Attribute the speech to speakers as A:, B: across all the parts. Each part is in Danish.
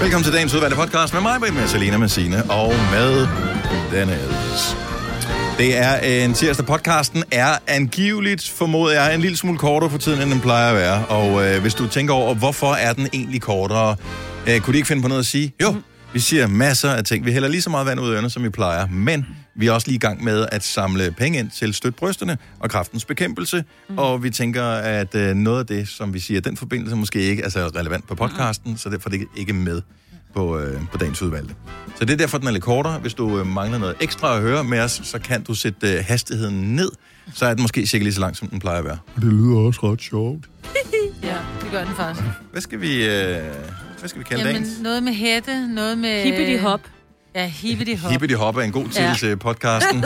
A: Velkommen til dagens udvalgte podcast med mig, Britt, med Selina, med Signe og med Dennis. Det er en tirsdag. Podcasten er angiveligt, formoder jeg, en lille smule kortere for tiden, end den plejer at være. Og øh, hvis du tænker over, hvorfor er den egentlig kortere, øh, kunne de ikke finde på noget at sige? Jo, vi siger masser af ting. Vi hælder lige så meget vand ud af ørerne, som vi plejer. Men vi er også lige i gang med at samle penge ind til Støt Brysterne og Kraftens Bekæmpelse. Mm. Og vi tænker, at øh, noget af det, som vi siger i den forbindelse, måske ikke er så relevant på podcasten, så derfor er det ikke med på, øh, på dagens udvalgte. Så det er derfor, den er lidt kortere. Hvis du øh, mangler noget ekstra at høre med os, så kan du sætte øh, hastigheden ned. Så er den måske cirka lige så lang, som den plejer at være.
B: Og det lyder også ret sjovt.
C: Ja, det gør den faktisk.
A: Hvad skal vi, øh, hvad skal vi kalde Jamen,
C: Jamen,
A: dagens?
C: noget med hætte, noget med...
D: Hippity-hop.
C: Ja, hippity hop.
A: Hippity Hop er en god titel ja.
D: Ja.
A: til podcasten.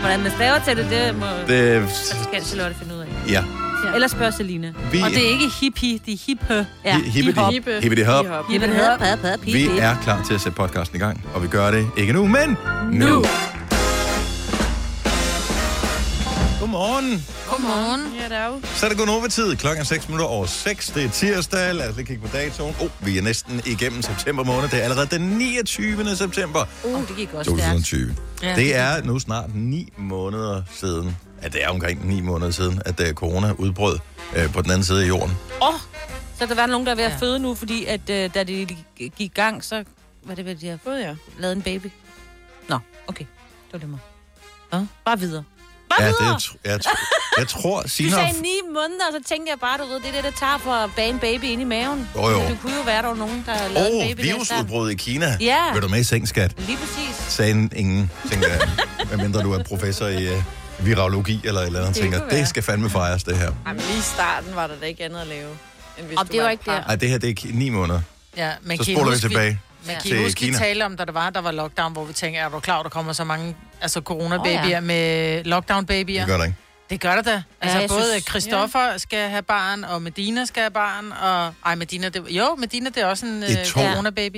D: Hvordan man staver til det, det må det...
A: Det,
D: skal Charlotte finde ud af.
A: ja.
D: Ja. Eller spørg Selina.
A: Vi,
C: Og det er ikke hippie, det er hippe.
D: Ja.
A: hi- hippity,
C: hop.
A: hippity, hippity Hop.
D: Hippity hop, pad, pad, pip,
A: Vi
D: pip.
A: er klar til at sætte podcasten i gang, og vi gør det ikke nu, men nu. nu. Godmorgen.
C: Godmorgen.
E: Ja, der er jo.
A: Så er det gået over tid. Klokken er 6 minutter over 6. Det er tirsdag. Lad os lige kigge på datoen. Oh, vi er næsten igennem september måned. Det er allerede den 29. september
D: Uh, det gik også stærkt.
A: 2020. Ja. Det er nu snart 9 måneder siden, at det er omkring 9 måneder siden, at øh, corona udbrød øh, på den anden side af jorden.
D: Åh, oh, så kan der være nogen, der er ved at
C: Ja.
D: føde nu, fordi at, uh, da de gik i gang, så var det, hvad de har
E: Både ja.
D: lavet en baby. Nå, okay. Det var det mig. Hvad? Bare videre. Bare
A: Ja,
D: videre!
A: det, tr- jeg, tr- jeg tror,
D: Du
A: Signe har...
D: sagde ni måneder, og så tænkte jeg bare, du ved, det er det, der tager for at bage en baby ind i maven.
A: Jo, jo.
D: Du kunne jo være, der var nogen, der lavede en
A: Åh,
D: baby
A: oh,
D: der i starten.
A: virusudbrud i Kina.
D: Ja.
A: Vil du med i seng, skat?
D: Lige præcis.
A: Sagde ingen, tænker jeg. Medmindre du er professor i uh, virologi eller et eller andet,
E: Det
A: tænker,
E: kunne
A: det
E: være.
A: skal fandme fejres, det her.
E: Jamen, lige i starten var der da ikke andet at lave, end hvis
D: Og
E: du
D: det var
E: et
D: ikke
E: par.
D: der.
A: Ej, det her, det er 9 måneder.
C: Ja, man
A: Så
C: kan I
A: spoler vi
C: huske,
A: tilbage
C: Man kan
A: til
C: I huske,
A: Kina.
C: Kina. vi talte om, da der var, der var lockdown, hvor vi tænkte, er du klar, over, der kommer så mange altså
D: Åh,
C: corona-babyer
D: ja.
C: oh, ja. med lockdown-babyer?
A: Det gør der ikke.
C: Det gør det da. Altså
D: jeg
C: ja, både
D: synes-
C: synes, Christoffer ja. skal have barn, og Medina skal have barn, og... Ej, Medina, det... Jo, Medina, det er også en
A: Det er
C: øh,
A: to.
C: corona-baby.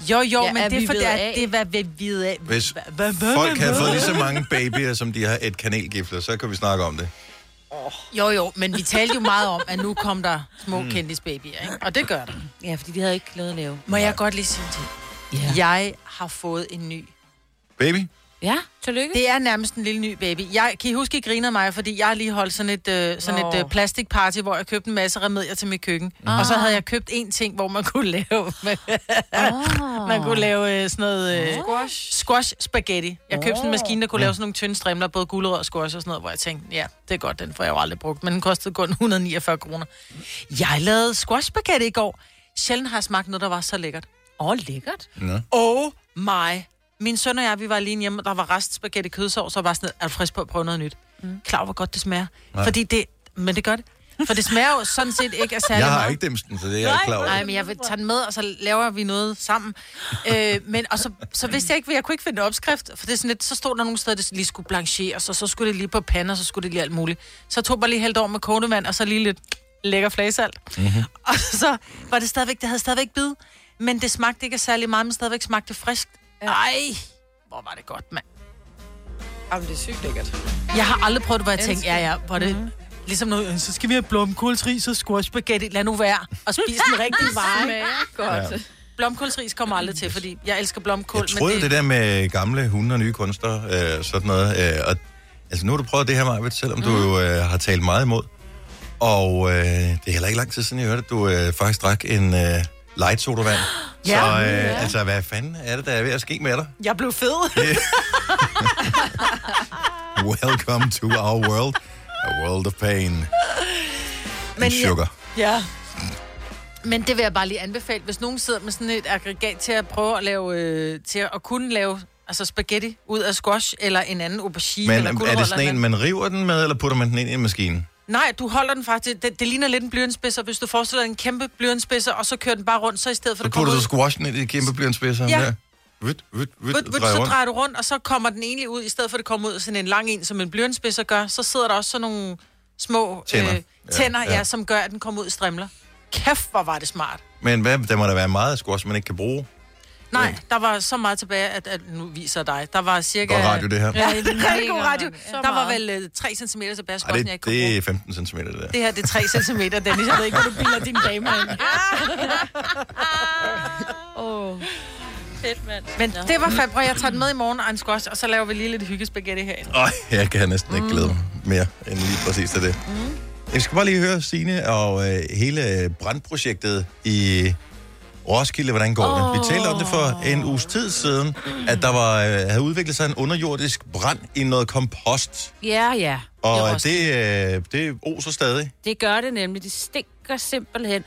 C: Jo, jo,
E: Ja,
C: ja, men
E: er
C: det
E: vi
C: er fordi,
E: ved
C: at
E: af?
C: det er, hvad vi ved af.
A: Hvis
C: Hva- hva- hva-
A: Folk
C: hva-
A: havde fået
C: hva-
A: lige så mange babyer, som de har et kanelgifler, så kan vi snakke om det.
C: Jo, jo, men vi talte jo meget om, at nu kom der små mm. kendisbabyer, ikke? Og det gør der.
D: Ja, fordi de havde ikke noget at lave.
C: Må jeg godt lige sige til?
D: Ja.
C: Jeg har fået en ny.
A: Baby?
D: Ja, tillykke.
C: Det er nærmest en lille ny baby. Jeg, kan I huske, I griner af mig, fordi jeg har lige holdt sådan et, øh, sådan
E: Nå.
C: et øh, plastikparty, hvor jeg købte en masse remedier til mit køkken. Mm. Og så havde jeg købt en ting, hvor man kunne lave,
D: Ah.
C: man kunne lave øh, sådan noget... Øh,
E: Squash.
C: Squash spaghetti. Jeg købte sådan en
D: Åh.
C: maskine, der kunne lave sådan nogle tynde strimler, både gulerød og squash og sådan noget, hvor jeg tænkte, ja, det er godt, den får jeg jo aldrig brugt, men den kostede kun 149 kroner. Jeg lavede squash spaghetti i går. Sjældent har jeg smagt noget, der var så lækkert.
D: Åh, oh, lækkert.
A: Nå.
C: Oh my. Min søn og jeg, vi var alene hjemme, og der var rest spaghetti kødsovs, og var sådan, er du frisk på at prøve noget nyt? Mm. Klar, hvor godt det smager.
A: Nej.
C: Nej. Fordi det, men det gør det. For det smager jo sådan set ikke af særlig
A: Jeg har
C: meget.
A: ikke demsten, så det er jeg ikke klar over.
C: Nej, men jeg vil tage den med, og så laver vi noget sammen. øh, men, og så, så vidste jeg ikke, hvad- jeg kunne ikke finde en opskrift, for det er sådan lidt, så stod der nogle steder, det lige skulle blancheres, og så skulle det lige på panden, og så skulle det lige alt muligt. Så tog jeg bare lige hældt over med kogende vand, og så lige lidt lækker flagesalt. Mm-hmm. Og så var det stadigvæk, det havde stadigvæk bid, men det smagte ikke af særlig meget, men stadigvæk smagte det friskt. Ej, hvor var det godt, mand.
E: Jamen, det er sygt lækkert.
C: Jeg har aldrig prøvet det, hvor jeg tænkte, ja, ja, hvor er det... Mm-hmm. Ligesom noget, så skal vi have blomkålsris og squash spaghetti. Lad nu være og spise den rigtige vare.
E: Smager godt.
A: Ja.
E: Ja.
C: Blomkålsris kommer aldrig til, fordi jeg elsker blomkål.
A: Jeg troede det... det der med gamle hunde og nye kunstnere, øh, sådan noget. Øh, og, altså, nu har du prøvet det her, Marvitt, selvom mm. du
C: Mhm.
A: jo øh, har talt meget imod. Og øh, det er heller ikke lang tid siden, jeg hørte, at du øh, faktisk drak en øh, light sodavand. ja, Så øh, ja. altså, hvad fanden er det, der er ved at ske med dig?
C: Jeg blev fed.
A: Welcome to our world. A world of pain. Men
C: Men
A: and
C: jeg-
A: sugar.
C: ja. Men det vil jeg bare lige anbefale, hvis nogen sidder med sådan et aggregat til at prøve at lave, øh, til at kunne lave altså spaghetti ud af squash, eller en anden aubergine,
A: Men
C: eller
A: er
C: gulerødder
A: det sådan
C: eller
A: en, man river den med, eller putter man den ind i en maskine?
C: Nej, du holder den faktisk, det, det ligner lidt en blyantspidser, hvis du forestiller dig en kæmpe blyantspidser, og så kører den bare rundt, så i stedet for
A: Så
C: det kommer
A: putter
C: ud,
A: du squashen ind i et kæmpe blyantspidser.
C: Ja.
A: der. Vut, vut, vut,
C: vut, vut,
A: drejer
C: så
A: rundt.
C: drejer du rundt, og så kommer den egentlig ud, i stedet for at det kommer ud sådan en lang en, som en blyantspidser gør, så sidder der også sådan nogle små øh,
A: Tænder. Ja,
C: tænder ja,
A: ja.
C: ja. som gør, at den kommer ud i strimler. Kæft, hvor var det smart.
A: Men hvad, der må da være meget af squash, man ikke kan bruge.
C: Nej, der var så meget tilbage, at, at nu viser jeg dig. Der var cirka...
A: Godt radio, det her.
C: Ja, det er rigtig god radio.
E: Så
C: Der var
E: meget.
C: vel øh, 3 cm tilbage,
A: Ej,
C: skotten, jeg
A: det,
C: ikke kunne
A: det
C: bruge.
A: er 15 cm, det der.
C: Det her, det er 3 cm, Dennis. Jeg ved ikke, hvor du bilder dine damer ind.
D: Åh. Oh.
E: Fedt, mand.
C: Men det var fandme, jeg tager den med i morgen, og en squash, og så laver vi lige lidt hyggespaghetti herinde.
A: Øj, jeg kan næsten
C: Mm.
A: ikke glæde mig mere end lige præcis til det. Jeg skal bare lige høre Signe og øh, hele brandprojektet i Roskilde, hvordan går oh. det? Vi talte om det for en uges tid siden, at der var, øh, havde udviklet sig en underjordisk brand i noget kompost.
D: Ja, ja.
A: Og
D: Det
A: øh,
D: er
A: det, øh, det oser stadig.
D: Det gør det nemlig. Det stinker simpelthen.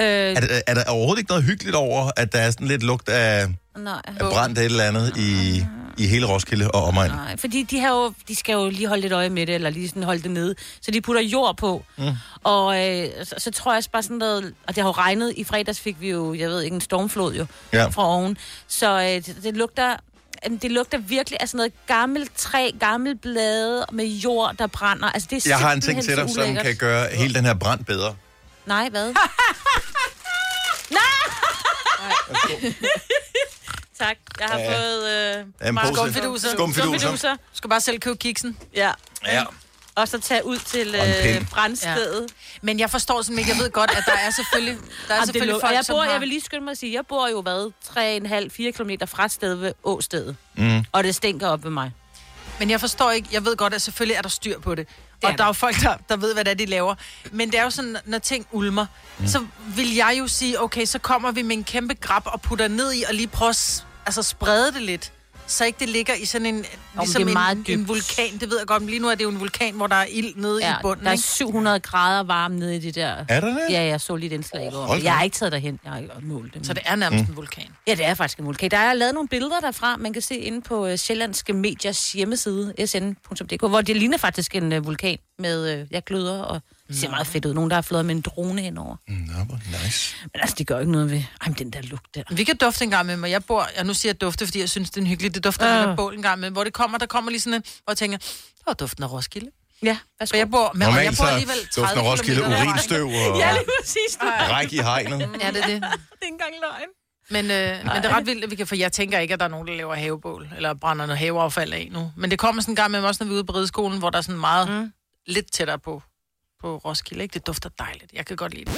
D: Øh,
A: Er, der- er der overhovedet ikke noget hyggeligt over, at der er sådan lidt lugt af,
D: nej.
A: af brændt et eller andet i,
D: Ah.
A: i hele Roskilde og omegn?
D: Nej, fordi de, har jo, de skal jo lige holde lidt øje med det, eller lige sådan holde det nede. Så de putter jord på. Mm. Og øh, så, så tror jeg også bare sådan noget... Og det har jo regnet. I fredags fik vi jo, jeg ved ikke, en stormflod jo
A: Ja.
D: fra oven. Så øh, det, det lugter... jamen, Det lugter virkelig af sådan noget gammelt træ, gammel blade med jord, der brænder. Altså, det er
A: Jeg har en ting
D: simpelthen
A: til
D: så
A: dig, som
D: ulækkert.
A: kan gøre hele den her brand bedre.
D: Nej, hvad? altså, tak. Jeg har
A: Ja.
D: fået... Øh,
A: Ja, en pose.
C: Skumfiduser.
A: Skumfiduser.
C: Du skal bare selv købe kiksen.
D: ja.
A: Ja.
D: Og så tage ud til
A: Og en pind.
D: øh, brændstedet.
C: Men jeg forstår sådan ikke, jeg ved godt, at der er selvfølgelig, der er
D: Jamen, det
C: selvfølgelig
D: lugter-
C: folk,
D: jeg,
C: som
D: bor,
C: har...
D: jeg vil lige skynde mig at sige, jeg bor jo hvad, 3,5-4 km fra et sted ved Åstedet.
A: Mm.
D: Og det stinker op ved mig.
C: Men jeg forstår ikke, jeg ved godt, at selvfølgelig er der styr på det.
D: er
C: Og
D: der.
C: der er jo folk, der, der ved, hvad det er, de laver. Men det er jo sådan, når ting ulmer, mm. så vil jeg jo sige, okay, så kommer vi med en kæmpe grab og putter ned i, og lige prøver at s- altså, sprede det lidt. Så ikke det ligger i sådan en, ligesom
D: det er meget
C: en,
D: dybt.
C: en vulkan. Det ved jeg godt, men lige nu er det jo en vulkan, hvor der er ild nede ja, i bunden.
D: der er
C: ikke?
D: 700 grader varme nede i det der.
A: Er der det?
D: Ja, jeg så lige et indslag i går.
A: Hold da.
D: Jeg har ikke taget derhen. Jeg har ikke målt det.
C: Så
D: Men...
C: det er nærmest mm. en vulkan.
D: Ja, det er faktisk en vulkan. Der er lavet nogle billeder derfra, man kan se inde på øh, Sjællandske Mediers hjemmeside, sn.dk, hvor det ligner faktisk en øh, vulkan med øh, ja, gløder og det ser meget fedt ud. Nogen, der har flået med en drone henover.
A: Nå, hvor nice.
D: Men altså, det gør jo ikke noget ved. Ej, men den der lugt der.
C: Vi kan dufte en gang med mig. Jeg bor, og nu siger jeg dufte, fordi jeg synes, det er en hyggelig. Det dufter uh.
D: Ah.
C: af bål en gang med, hvor det kommer, der kommer lige sådan en, hvor jeg tænker, der var duften af Roskilde.
D: Ja,
C: For
D: værsgo.
C: jeg bor, men, og jeg
A: Normalt
C: bor
A: så
C: alligevel 30
A: duften af Roskilde
C: kilometer derfra, ikke?
A: urinstøv og
D: Ja, lige præcis. Det
A: ræk i hegnet.
C: Ja, det er det.
D: er ikke engang løgn.
C: Men, øh, men det er ret vildt, at vi kan, for jeg tænker ikke, at der er nogen, der laver havebål, eller brænder noget haveaffald af nu. Men det kommer sådan en gang med mig, også når vi er ude på rideskolen, hvor der er sådan meget mm. lidt tættere på, på Roskilde. Ikke? Det dufter dejligt. Jeg kan godt lide det.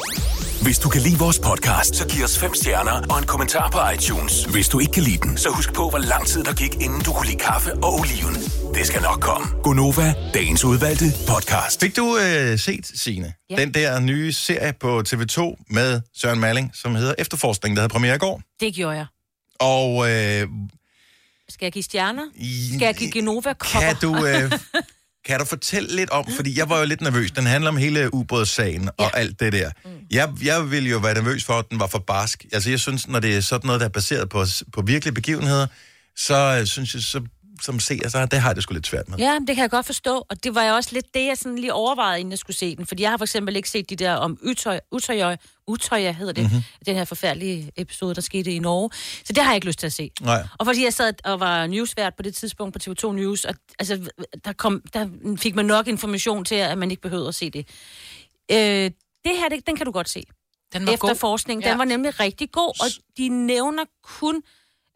B: Hvis du kan lide vores podcast, så giv os fem stjerner og en kommentar på iTunes. Hvis du ikke kan lide den, så husk på, hvor lang tid der gik, inden du kunne lide kaffe og oliven. Det skal nok komme. Gonova, dagens udvalgte podcast.
A: Fik du øh, set, Signe, ja.
D: Ja.
A: den der nye serie på TV2 med Søren Malling, som hedder Efterforskning, der havde premiere i går?
D: Det gjorde jeg.
A: Og øh,
D: Skal jeg give stjerner?
A: i-
D: Skal jeg give Genova kopper?
A: kan, du, øh, kan du fortælle lidt om, fordi jeg var jo lidt nervøs. Den handler om hele ubådssagen og ja. alt det der.
D: Mm.
A: Jeg, jeg ville jo være nervøs for, at den var for barsk. Altså jeg synes, når det er sådan noget, der er baseret på, på virkelige begivenheder, så øh, synes jeg, så, som seer, så det har jeg det sgu lidt svært med.
D: Ja, men det kan jeg godt forstå, og det var jeg også lidt det, jeg sådan lige overvejede, inden jeg skulle se den. Fordi jeg har for eksempel ikke set de der om Utøj, Utøj, Utøj hedder det, mm-hmm. den her forfærdelige episode, der skete i Norge. Så det har jeg ikke lyst til at se.
A: Nej.
D: Og fordi jeg sad og var newsvært på det tidspunkt på TV2 News, og altså, der, kom, der fik man nok information til, at man ikke behøvede at se det. Øh, det her, det, den kan du godt se.
C: Den var god.
D: efterforskning. Ja.
C: Ja.
D: Den var nemlig rigtig god, og de nævner kun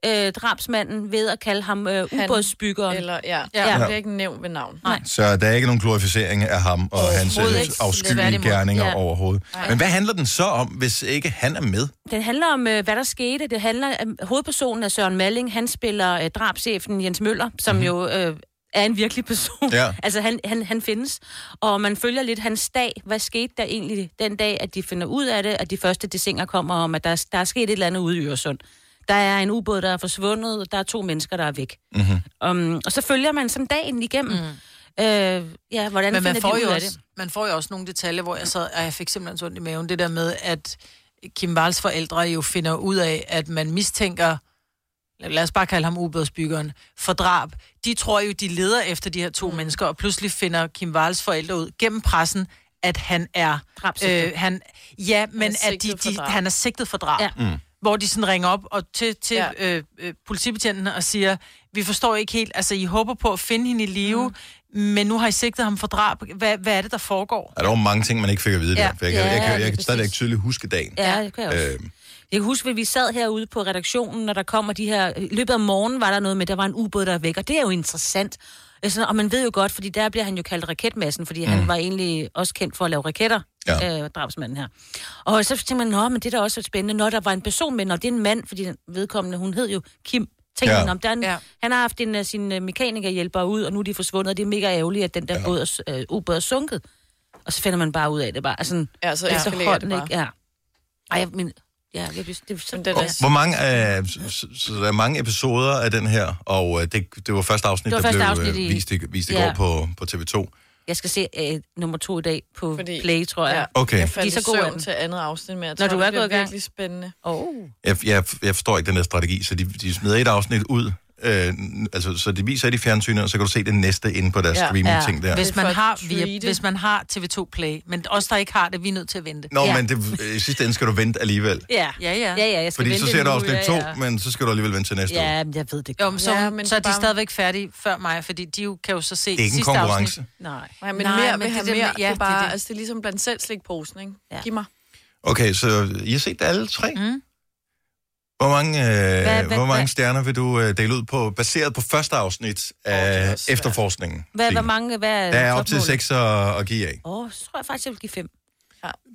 D: øh, drabsmanden ved at kalde ham øh,
E: Han
D: ubådsbyggeren. Eller...
E: Eller, ja.
C: Ja.
E: ja. Jeg bliver ikke nævnt ved navn.
D: Nej.
A: Så der er ikke nogen glorificering af ham og hans øh,
D: Overhovedet ikke.
A: afskyelige
D: Tværtimod.
A: gerninger ja.
D: Ja.
A: overhovedet. Men hvad handler den så om, hvis ikke han er med?
D: Den handler om, øh, hvad der skete. Det handler om hovedpersonen af Søren Malling. Han spiller øh, drabschefen Jens Møller, som mm-hmm. jo øh, er en virkelig person.
A: Ja.
D: altså, han, han, han findes. Og man følger lidt hans dag. Hvad skete der egentlig den dag, at de finder ud af det, at de første desinger kommer om, at der, er- der er sket et eller andet ude i Øresund. Der er en ubåd, der er forsvundet, og der er to mennesker, der er væk. Mm-hmm. Um, og så følger man sådan dagen igennem. Mm. Øh, ja, hvordan
C: Mhm. Men man
D: finder
C: får,
D: de ud
C: jo
D: af det?
C: også, man får jo også nogle detaljer, hvor jeg sad, og jeg fik simpelthen så ondt i maven, det der med, at Kim Wals forældre jo finder ud af, at man mistænker lad os bare kalde ham ubådsbyggeren, for drab. De tror jo, de leder efter de her to mm. mennesker, og pludselig finder Kim Wals forældre ud gennem pressen, at han er... øh,
D: Drabssigtet.
C: han, ja, men
E: er
C: at de,
E: sigtet for
C: de,
E: drab.
C: han er sigtet for drab.
D: Ja.
C: Mm. Hvor de sådan ringer op og til, til
E: Ja.
C: ja. øh, øh, politibetjenten og siger, vi forstår ikke helt, altså I håber på at finde hende i live, mm. men nu har I sigtet ham for drab. Hvad, hvad er det, der foregår?
A: Ja, der var mange ting, man ikke fik at vide.
C: Ja.
A: Ja. For jeg, kan, jeg,
D: Ja,
A: kan, jeg,
D: lige
A: kan
D: præcis.
A: stadigvæk tydeligt huske dagen.
D: Ja, det kan jeg også.
A: Øhm,
D: Jeg kan huske, at vi sad herude på redaktionen, når der kommer de her... I løbet af morgenen var der noget med, at der var en ubåd, der er væk, og det er jo interessant. Altså, og man ved jo godt, fordi der bliver han jo kaldt raketmassen, fordi mm. han var egentlig også kendt for at lave raketter,
A: Ja.
D: ja. øh, drabsmanden her. Og så tænkte man, nå, men det er da også spændende, når der var en person med, når det er en mand, fordi den vedkommende, hun hed jo Kim, tænkte
A: Ja.
D: ja. man, om der er en,
C: Ja.
D: ja. han har haft en øh, af sine mekanikerhjælpere ud, og nu er de forsvundet, og det er mega ærgerligt, at den der ja. båd er, s- øh, ubåd er sunket. Og så finder man bare ud af det bare. Altså,
E: Ja, så
D: altså,
E: eskalerer det
D: hånden
E: bare.
D: Ikke, ja. Ej, jeg- men... Ja, jeg, det, det, så,
E: Men
D: det,
E: den
D: det,
E: er-
A: Hvor mange, øh, så, så der er mange episoder af den her, og øh, det, det var første afsnit,
D: Det var
A: der
D: første
A: blev
D: afsnit
A: øh,
D: i-
A: vist i, vist i
D: Ja.
A: går på, på TV2.
D: jeg skal se øh, nummer to i dag på
E: Fordi-
D: Fordi, Play, tror jeg.
A: Okay.
E: Jeg faldt
D: De er
E: i
D: så gode af
E: søvn
D: dem.
E: til andet afsnit med. Jeg
D: Når
E: tror,
D: du
E: det
D: er
E: bliver
D: gået i gang.
E: virkelig spændende.
D: Oh.
A: Jeg, jeg, jeg forstår ikke den der strategi, så de, de smider et afsnit ud, øh, altså, så de viser det i fjernsynet, og så kan du se det næste inde på deres
E: Ja.
A: streaming-ting der.
C: Hvis
E: Det er for
C: man,
E: at
C: har,
E: treate.
C: via, hvis man har TV2 Play, men os, der ikke har det, vi er nødt til at vente.
A: Nå,
D: Ja.
A: men det, øh, i sidste ende skal du vente alligevel.
D: Ja.
C: Ja, ja.
D: ja, ja jeg skal
A: Fordi
D: vente
A: så ser
D: en
A: du
D: uge,
A: afsnit
D: ja,
A: 2,
D: ja.
A: men så skal du alligevel vente til næste uge.
D: Ja, men jeg ved det
C: Jo,
D: godt.
C: men så,
E: Ja,
C: ja,
E: men
C: men så er de
E: bare-
C: stadigvæk færdige før mig, fordi de jo, kan jo så se
A: Det er ikke en
C: sidste
A: konkurrence.
C: Afsnit. Nej.
E: Nej, men
C: Nej,
E: mere vil
C: men det
E: have
C: der med-
E: mere.
C: ja,
E: det, er bare,
C: det er det.
E: Altså, det er ligesom blandt selv slikposen, ikke?
D: Ja.
E: Giv mig.
A: Okay, så I har set det alle tre?
C: Mm.
A: Hvor mange, øh,
D: hvad-
A: hvor mange
D: hvad-
A: stjerner vil du øh, dele ud på, baseret på første afsnit
E: det er
A: af
E: også svært.
A: efterforskningen?
D: Hvad,
A: Signe?
D: hvor mange... Hvad
A: Der er op til seks at, at give af.
D: Åh, oh, så tror jeg faktisk, jeg vil give fem.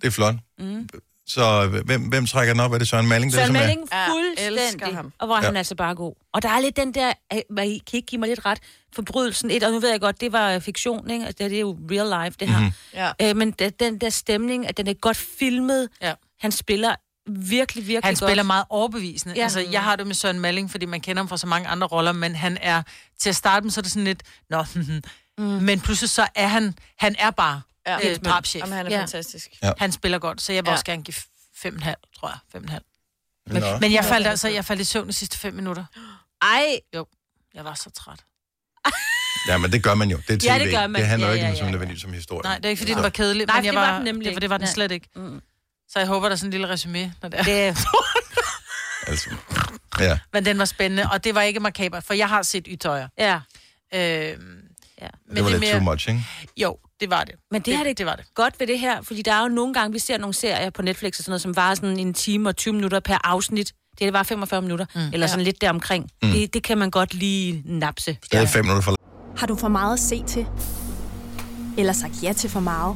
A: Det er flot.
D: Mm.
A: Så hvem, hvem trækker den op? Er det Søren Malling?
D: Søren
A: det, er,
D: Melding,
E: Ja, elsker
D: fuldstændig.
E: ham.
D: Og hvor er
A: Ja.
D: han altså bare god. Og der er lidt den der, øh, hvad I kan I ikke give mig lidt ret, forbrydelsen et, og nu ved jeg godt, det var øh, fiktion, ikke? Altså, det her, det er jo real life, det her.
A: Mhm.
D: Mm-hmm.
E: Ja.
D: Øh, men da- den der stemning, at den er godt filmet,
C: Ja.
D: han spiller virkelig, virkelig
C: Han
D: godt.
C: spiller meget overbevisende. Ja.
D: Ja.
C: Altså, jeg har det med Søren Malling, fordi man kender ham fra så mange andre roller, men han er, til at starte med, så er det sådan lidt, nå, mm. men pludselig så er han, han er bare
E: Ja.
C: ja. øh, drabschef.
E: Jamen, han er
D: Ja.
E: fantastisk.
C: Han spiller godt, så jeg vil
E: Ja.
C: ja. også gerne give fem og en halv, tror jeg. Fem og en halv.
A: Nå.
C: Men jeg faldt altså, jeg faldt i søvn de sidste fem minutter.
D: Ej,
C: Jeg var så træt.
A: Ja, men det gør man jo. Det er tv.
D: Ja, det gør man.
A: Det handler jo
D: Ja,
A: ikke
D: ja,
A: om sådan
D: ja, ja.
A: nødvendigt som historie.
C: Nej, det er ikke, fordi
A: Så-
C: den var kedelig,
D: Nej,
C: men
D: for
C: jeg
D: det var
C: var,
D: den nemlig
C: det, for det var den
D: ikke.
C: slet ikke.
D: Mm.
C: Så jeg håber, der er sådan en lille resume, når det er.
D: det,
A: Altså, ja.
C: Men den var spændende, og det var ikke makaber, for jeg har set ytøjer.
D: ja.
C: Øh, ja. Men
A: Det var lidt too much, ikke?
C: Jo, det var det.
D: Men det her, det-
C: det var det.
D: godt ved det her, fordi der er jo nogle gange, vi ser nogle serier på Netflix og sådan noget, som varer sådan en time og 20 minutter per afsnit. Det her, det var 45 minutter, mm, eller sådan ja. lidt deromkring. Mm. Det, det kan man godt lige napse.
A: Det er fem minutter for
F: Har du for meget at se til? Eller sagt ja til for meget?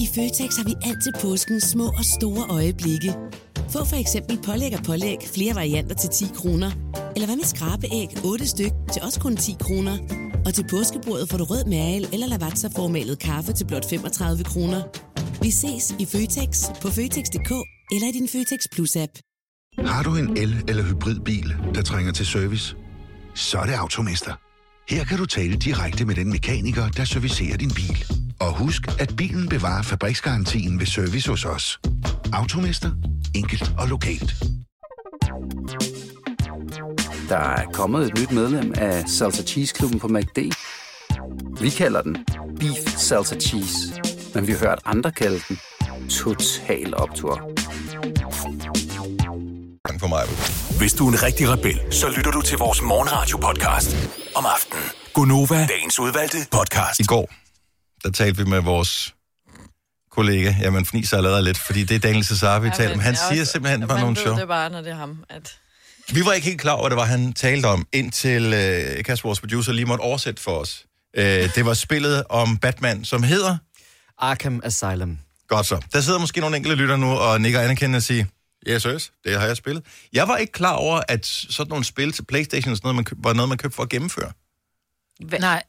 G: I Føtex har vi altid påsken små og store øjeblikke. Få for eksempel pålæg og pålæg flere varianter til 10 kroner. Eller hvad med skrabeæg 8 styk til også kun 10 kroner. Og til påskebordet får du rød mal eller lavatserformalet kaffe til blot 35 kroner. Vi ses i Føtex på Føtex.dk eller i din Føtex Plus-app.
H: Har du en el- eller hybridbil, der trænger til service? Så er det Automester. Her kan du tale direkte med den mekaniker, der servicerer din bil. Og husk, at bilen bevarer fabriksgarantien ved service hos os. Automester. Enkelt og lokalt.
I: Der er kommet et nyt medlem af Salsa Cheese Klubben på MACD. Vi kalder den Beef Salsa Cheese, men vi har hørt andre kalde den Total Optor.
A: langt for mig.
B: Hvis du er en rigtig rebel, så lytter du til vores morgenradio-podcast om aftenen. Gunova, dagens udvalgte podcast.
A: I går, der talte vi med vores kollega. Jamen, fniser allerede lidt, fordi det er Daniel Cesar, vi taler om. Han siger simpelthen bare nogle sjov.
E: Man ved det bare, når det er ham, at...
A: Vi var ikke helt klar over, hvad det var, han talte om, indtil øh, Kasper, vores producer, lige måtte oversætte for os. Øh, det var spillet om Batman, som hedder...
J: Arkham Asylum.
A: Godt så. Der sidder måske nogle enkelte lytter nu og nikker anerkendende og siger, yes, yes, det har jeg spillet. Jeg var ikke klar over, at sådan nogle spil til Playstation og sådan noget, man køb, var noget, man købte for at gennemføre.
D: Hva,
C: Nej,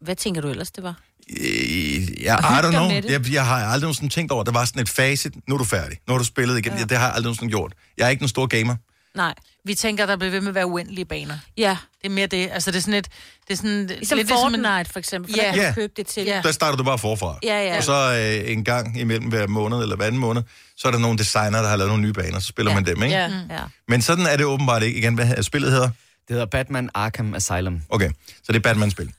D: Hvad tænker du ellers, det var?
A: Øh, Jeg, I don't know.
D: med det.
A: Jeg, jeg har aldrig nogensinde tænkt over, at der var sådan et facit. Nu er du færdig. Nu har du spillet igen. Ja. Det har jeg aldrig nogensinde gjort. Jeg er ikke den store gamer.
D: Nej.
C: Vi tænker, der bliver ved med at være uendelige baner.
D: Ja.
C: Det er mere det. Altså, det er sådan et... Det er sådan,
D: Ligesom
C: lidt
D: Lidt Fortnite, ligesom en... for eksempel, for
C: Ja.
D: yeah. der kan
A: Ja.
D: du købe det til.
C: Ja.
D: Yeah.
A: Der starter du bare forfra.
D: Ja, ja.
A: Og så øh, en gang imellem hver måned eller hver anden måned, så er der nogle designer, der har lavet nogle nye baner, så spiller ja. man dem, ikke? Mm.
E: Ja.
D: Ja.
A: Men sådan er det åbenbart ikke. Igen, hvad he- spillet hedder?
J: Det hedder Batman Arkham Asylum.
A: Okay, så det er Batman-spil.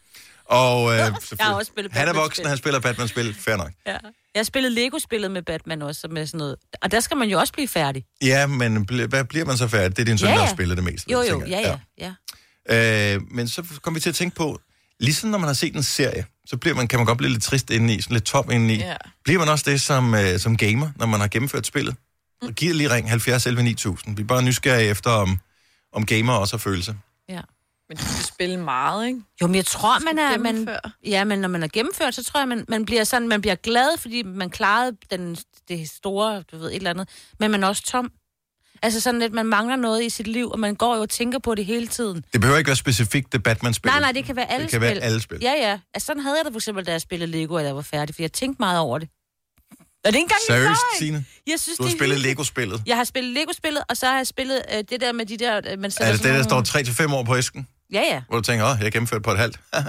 A: Og øh,
D: Jeg har også spillet
A: han er
D: Batman-spil.
A: voksen, han spiller Batman-spil, fair nok.
D: Ja. Jeg spillede Lego-spillet med Batman også, med sådan noget. Og der skal man jo også blive færdig.
A: Ja, men bl- hvad bliver man så færdig? Det er din søn,
D: Ja,
A: ja, der
D: ja.
A: har spillet det mest.
D: Jo, jo,
A: tænker
D: ja,
A: jeg.
D: ja, ja.
A: ja. Øh, men så kom vi til at tænke på, ligesom når man har set en serie, så bliver man, kan man godt blive lidt trist indeni, sådan lidt tom indeni.
E: Ja.
A: Bliver man også det som, øh, som gamer, når man har gennemført spillet?
D: Mm.
A: Og giver lige ring 70 11 9000. Vi er bare nysgerrige efter, om, om gamer også har følelser.
D: ja.
E: Men du skal spille meget, ikke?
D: Jo, men jeg tror, man er... Man,
E: gennemføre.
D: ja, men når man er gennemført, så tror jeg, man, man bliver sådan, man bliver glad, fordi man klarede den, det store, du ved, et eller andet. Men man er også tom. Altså sådan lidt, man mangler noget i sit liv, og man går jo og tænker på det hele tiden.
A: Det behøver ikke være specifikt det Batman-spil.
D: Nej, nej, det kan være alle
A: Det kan
D: spil.
A: være alle spil.
D: Ja, ja. Altså sådan havde jeg det for eksempel, da jeg spillede Lego, og jeg var færdig, for jeg tænkte meget over det. Er det ikke engang en
A: Seriøst,
D: løgn?
A: Signe?
D: Jeg synes,
A: Du har
D: det er
A: spillet
D: hyggeligt.
A: Lego-spillet.
D: Jeg har spillet Lego-spillet, og så har jeg spillet øh, det der med de der... Øh, man sætter
A: Altså det,
D: sådan
A: der
D: nogle-
A: står 3-5 år på æsken,
D: Ja, ja.
A: hvor du tænker, åh, jeg har gennemført på et halvt.
E: Det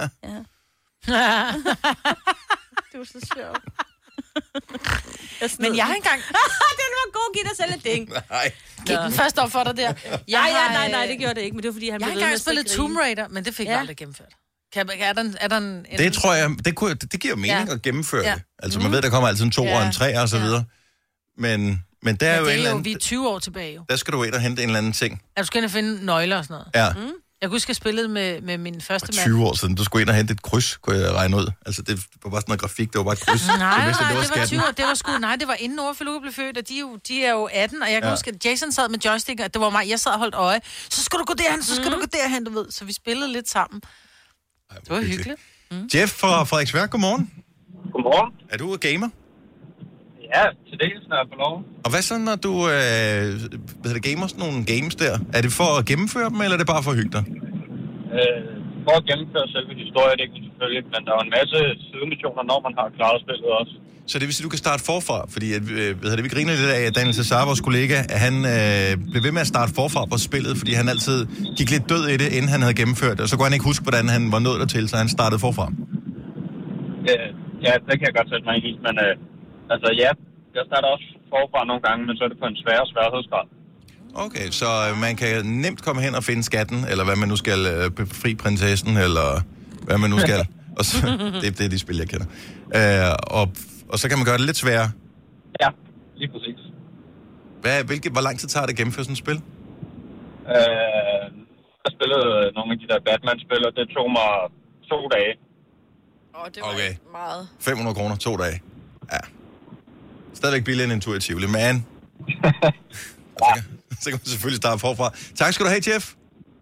E: var så sjovt.
C: Men jeg har engang...
D: den var god, giv dig selv et ding.
A: nej.
C: Gik den første op for dig der.
D: Nej,
C: har,
D: ja, nej, nej,
C: øh,
D: det gjorde det ikke, men det var fordi, han
C: Jeg har
D: blev ved med
C: engang
D: at
C: spillet
D: sidde og
C: Tomb
D: grine.
C: Raider, men det fik ja.
D: Ja.
C: jeg aldrig gennemført. Kan, er der en, er der en, en
A: Det tror jeg, det, kunne, det, det giver mening ja.
C: Ja.
A: at gennemføre ja.
C: Ja.
A: det. Altså man ved, der kommer altid en to ja. og en tre og så
C: Ja.
A: videre. Men, men der er jo
C: Men det
A: en eller
C: er jo,
A: anden,
C: vi er 20 år tilbage jo.
A: der skal du ind og hente en eller anden ting.
C: Er du skal ind og finde nøgler og sådan noget?
A: Ja,
C: Jeg kunne huske, jeg spillede med, med min første
A: for
C: Mm, mand.
A: 20 år siden, du skulle ind og hente et kryds, kunne jeg regne ud. Altså det var bare sådan noget grafik, det var bare et kryds.
C: Nej,
A: Du vidste,
C: nej,
A: at
C: det var,
A: skatten.
C: 20 år. Det var sgu, nej, det var inden Overfluke blev født, og de, er jo- de er jo 18, og jeg kan
A: Ja.
C: ja. huske, at Jason sad med joystick, og det var mig, jeg sad og holdt øje. Så skal du gå derhen, så skal mm. du gå derhen, du ved. Så vi spillede lidt sammen.
A: Ej, hvor
C: Det var hyggeligt. Mm.
A: Jeff fra Frederiksværk, godmorgen.
K: Godmorgen.
A: Er du gamer?
K: Ja, til dels når jeg er på lov.
A: Og hvad så, når du øh, hvad hedder det, gamer sådan nogle games der? Er det for at gennemføre dem, eller er det bare for at hygge dig?
K: Øh, for at gennemføre selve historiedækken selvfølgelig, men der er jo en masse sidemissioner, når man har klaret spillet også.
A: Så det vil sige, at du kan starte forfra, fordi at, øh, hvad hedder det, vi griner lidt af, at Daniel Cesar, vores kollega, at han øh, blev ved med at starte forfra på spillet, fordi han altid gik lidt død i det, inden han havde gennemført det, og så kunne han ikke huske, hvordan han var nået dertil, så han startede forfra.
K: Øh, ja, det kan jeg godt sætte mig ind i, men øh, altså ja, jeg starter også forfra nogle gange, men så er det på en sværere sværhedsgrad.
A: Okay, så øh, man kan nemt komme hen og finde skatten, eller hvad man nu skal, øh, befri prinsessen, eller hvad man nu skal. Og så, det, det er de spil, jeg kender. Øh, og, og så kan man gøre det lidt sværere.
K: Ja, lige præcis.
A: Hvad, hvilket, hvor lang tid tager det at gennemføre sådan et spil?
K: Øh, jeg spillede øh, nogle af de der Batman-spil, og det tog mig to dage.
E: Åh, det var okay.
A: Okay.
E: meget.
A: 500 kroner, to dage. Ja. Stadigvæk billigere end en tur i Tivoli, men... Og så, kan, så kan man selvfølgelig starte forfra. Tak skal du have, Jeff,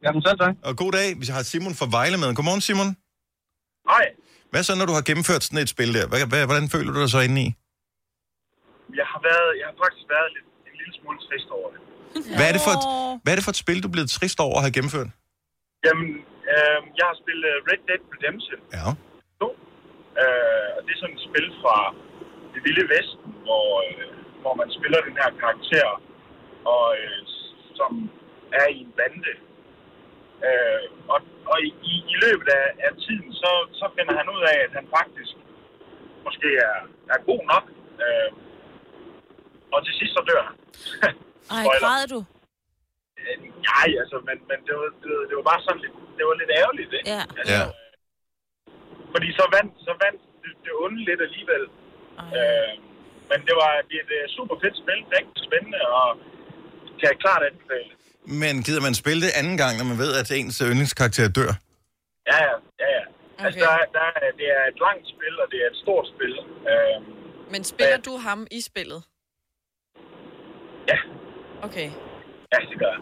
K: Jamen selv tak.
A: og god dag. Vi har Simon fra Vejle med. Godmorgen, Simon.
K: Hej.
A: Hvad så, når du har gennemført sådan et spil der? Hvad, hvad, hvordan føler du dig så inde i?
K: Jeg har, været, jeg har faktisk været lidt, en lille smule trist over det.
A: Hvad er det for et, hvad er det for et spil, du er blevet trist over at have gennemført?
K: Jamen, øh, jeg har spillet øh, Red Dead Redemption
A: Ja.
K: 2. Øh, og det er sådan et spil fra det vilde vesten, hvor, øh, hvor man spiller den her karakter, og, øh, som er i en bande. Øh, og og i, i- i løbet af, af tiden, så, så finder han ud af, at han faktisk måske er, er god nok. Øh, og til sidst så dør han.
D: Ej,
K: Spoiler.
D: græd du?
K: Øh, Nej, altså, men, men det, var, det, var, det var bare sådan lidt, det var lidt ærgerligt, ikke?
D: Ja.
K: Altså,
A: Ja.
K: Fordi så vandt, så vandt det, det onde lidt alligevel. Øh, men det var et uh, super fedt spil, rigtig spændende, og kan jeg klart anbefale.
A: Men gider man spille det anden gang, når man ved, at ens øh, yndlingskarakter dør?
K: Ja, ja, ja. ja. Altså,
E: Okay.
K: der, er- der, er- det er et langt spil, og det er et stort spil. Øh,
E: Men spiller du ham i spillet?
K: ja,
E: Okay.
K: ja, det gør jeg.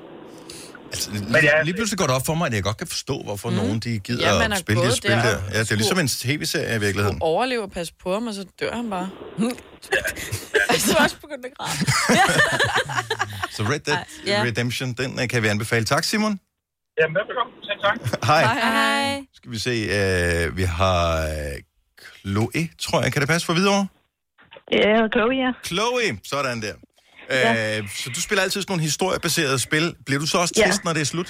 A: Altså,
K: Men
A: lige,
K: ja,
A: lige pludselig går det op for mig, at jeg godt kan forstå, hvorfor mm. nogen de gider
E: Mhm. Ja, man
A: ja,
E: er
A: at spille det
E: gået
A: spil der.
E: der
A: der.
E: og
A: Ja, det er ligesom en tv-serie i virkeligheden.
E: Overlever og passe på ham, og så dør han bare.
D: Du er også begyndt at græde.
A: Så Red Dead
D: ja.
A: Redemption, den øh, kan vi anbefale. Tak, Simon.
K: Jamen, velbekomme. Selv tak.
A: Hej. Hej.
D: Hej.
A: Skal vi se, øh, vi har øh, Chloe, tror jeg. Kan det passe for videre?
L: Ja, Chloe, ja.
A: Chloe, sådan der. Ja. Øh, så du spiller altid sådan nogle historiebaserede spil. Bliver du så også
L: Ja.
A: trist, ja. når det er slut?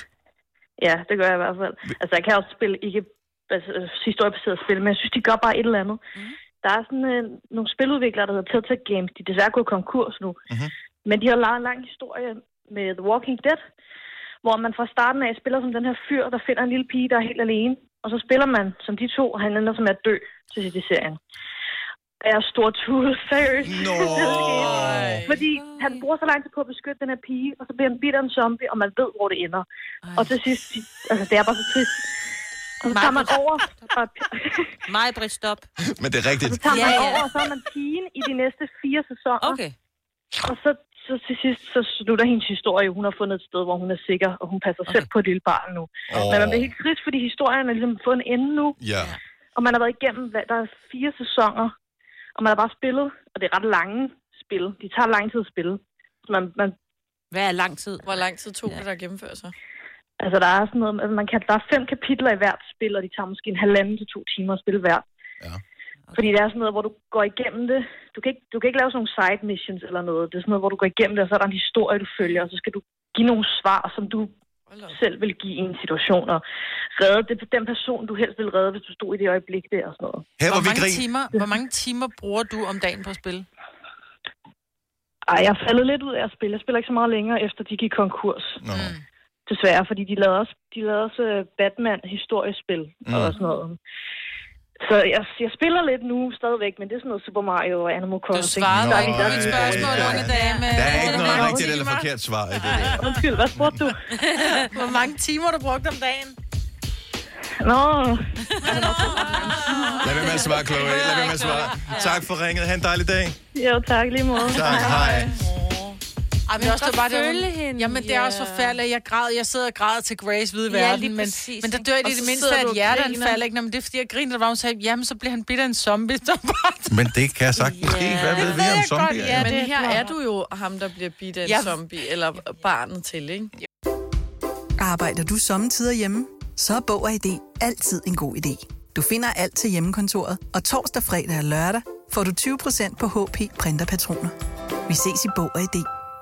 L: Ja, det gør jeg i hvert fald. Altså, jeg kan også spille ikke bas- øh, historiebaseret spil, men jeg synes, de gør bare et eller andet. Mm. Der er sådan øh, nogle spiludviklere, der hedder Telltale Games. De er desværre gået konkurs nu.
A: Mm-hmm.
L: Men de har lavet en lang historie med The Walking Dead, hvor man fra starten af spiller som den her fyr, der finder en lille pige, der er helt alene. Og så spiller man som de to, og han ender som at dø til sidst i serien. Og jeg er stor tude, seriøst.
A: Nå.
L: Fordi han bruger så lang tid på at beskytte den her pige, og så bliver han bidt af en zombie, og man ved, hvor det ender. Og til sidst, altså det er bare så trist. Og så tager man over, og,
D: Mig, Britt, stop.
A: Men det er
L: og så
A: rigtigt.
L: tager man
D: Ja, ja.
L: over, og så er man pigen i de næste fire sæsoner. Okay. Og så, så til sidst, så slutter hendes historie. Hun har fundet et sted, hvor hun er sikker, og hun passer okay. selv på et lille barn nu.
A: Åh.
L: Oh. Men man bliver helt trist, fordi historien er ligesom fået en ende nu.
A: Ja.
L: Og man har været igennem, hvad, der er fire sæsoner, og man har bare spillet, og det er ret lange spil. De tager lang tid at spille. Så man, man,
D: Hvad er lang tid?
E: Hvor lang tid tog ja. det, der gennemfører sig?
L: altså der er sådan noget, altså man kan, der er fem kapitler i hvert spil, og de tager måske en halvanden til to timer at spille hvert. Okay. Fordi det er sådan noget, hvor du går igennem det. Du kan, ikke, du kan ikke lave sådan nogle side missions eller noget. Det er sådan noget, hvor du går igennem det, og så er der en historie, du følger, og så skal du give nogle svar, som du selv vil give i en situation, og redde det, den person, du helst vil redde, hvis du stod i det øjeblik der og sådan noget.
C: hvor, mange timer, hvor mange timer bruger du om dagen på at spille?
L: Ej, jeg er faldet lidt ud af at spille. Jeg spiller ikke så meget længere, efter de gik konkurs.
A: Nå.
L: Desværre, fordi de lavede også, de lavede også øh, Batman-historiespil og
A: Mm.
L: sådan noget. Så jeg, jeg spiller lidt nu stadigvæk, men det er sådan noget Super Mario og Animal Crossing. Du
C: svarede
A: dog ikke på mit spørgsmål, unge
C: dame.
A: Der er ikke noget rigtigt eller forkert svar i det der.
L: Undskyld, hvad spurgte du?
C: Hvor mange timer du brugte om dagen?
L: Nå,
A: Lad være med at svare, Chloe. Lad være med at svare. Tak for ringet. Ha' en dejlig dag.
L: jo tak lige måde.
A: Tak. Hej.
C: Ej, men
D: Man
C: også, det
D: kan
C: var det,
D: føle
C: hun-
D: hende,
C: Jamen, det er også
D: ja.
C: forfærdeligt. Jeg græd, jeg sidder og græder til Grace hvide
D: Ja,
C: verden,
D: lige
C: men,
D: præcis,
C: men der
D: ikke?
C: dør
D: Og
C: det i
D: så
C: det mindste,
D: sidder du
C: at
D: og
C: hjerteanfald
D: griner.
C: ikke. Nå, men det er, fordi jeg griner, der var, hun sagde, jamen, så bliver han bidt af en zombie. Så var det.
A: Men det kan jeg sagtens ske. Hvad ved vi om zombier?
E: ja, men
C: det
E: her
C: er
E: er du jo ham, der bliver bidt af en
M: Ja.
E: zombie, eller barnet til, ikke?
M: Arbejder du sommetider hjemme? Så er Bog og ID altid en god idé. Du finder alt til hjemmekontoret, og torsdag, fredag og lørdag får du 20% på HP Printerpatroner. Vi ses i Bog og ID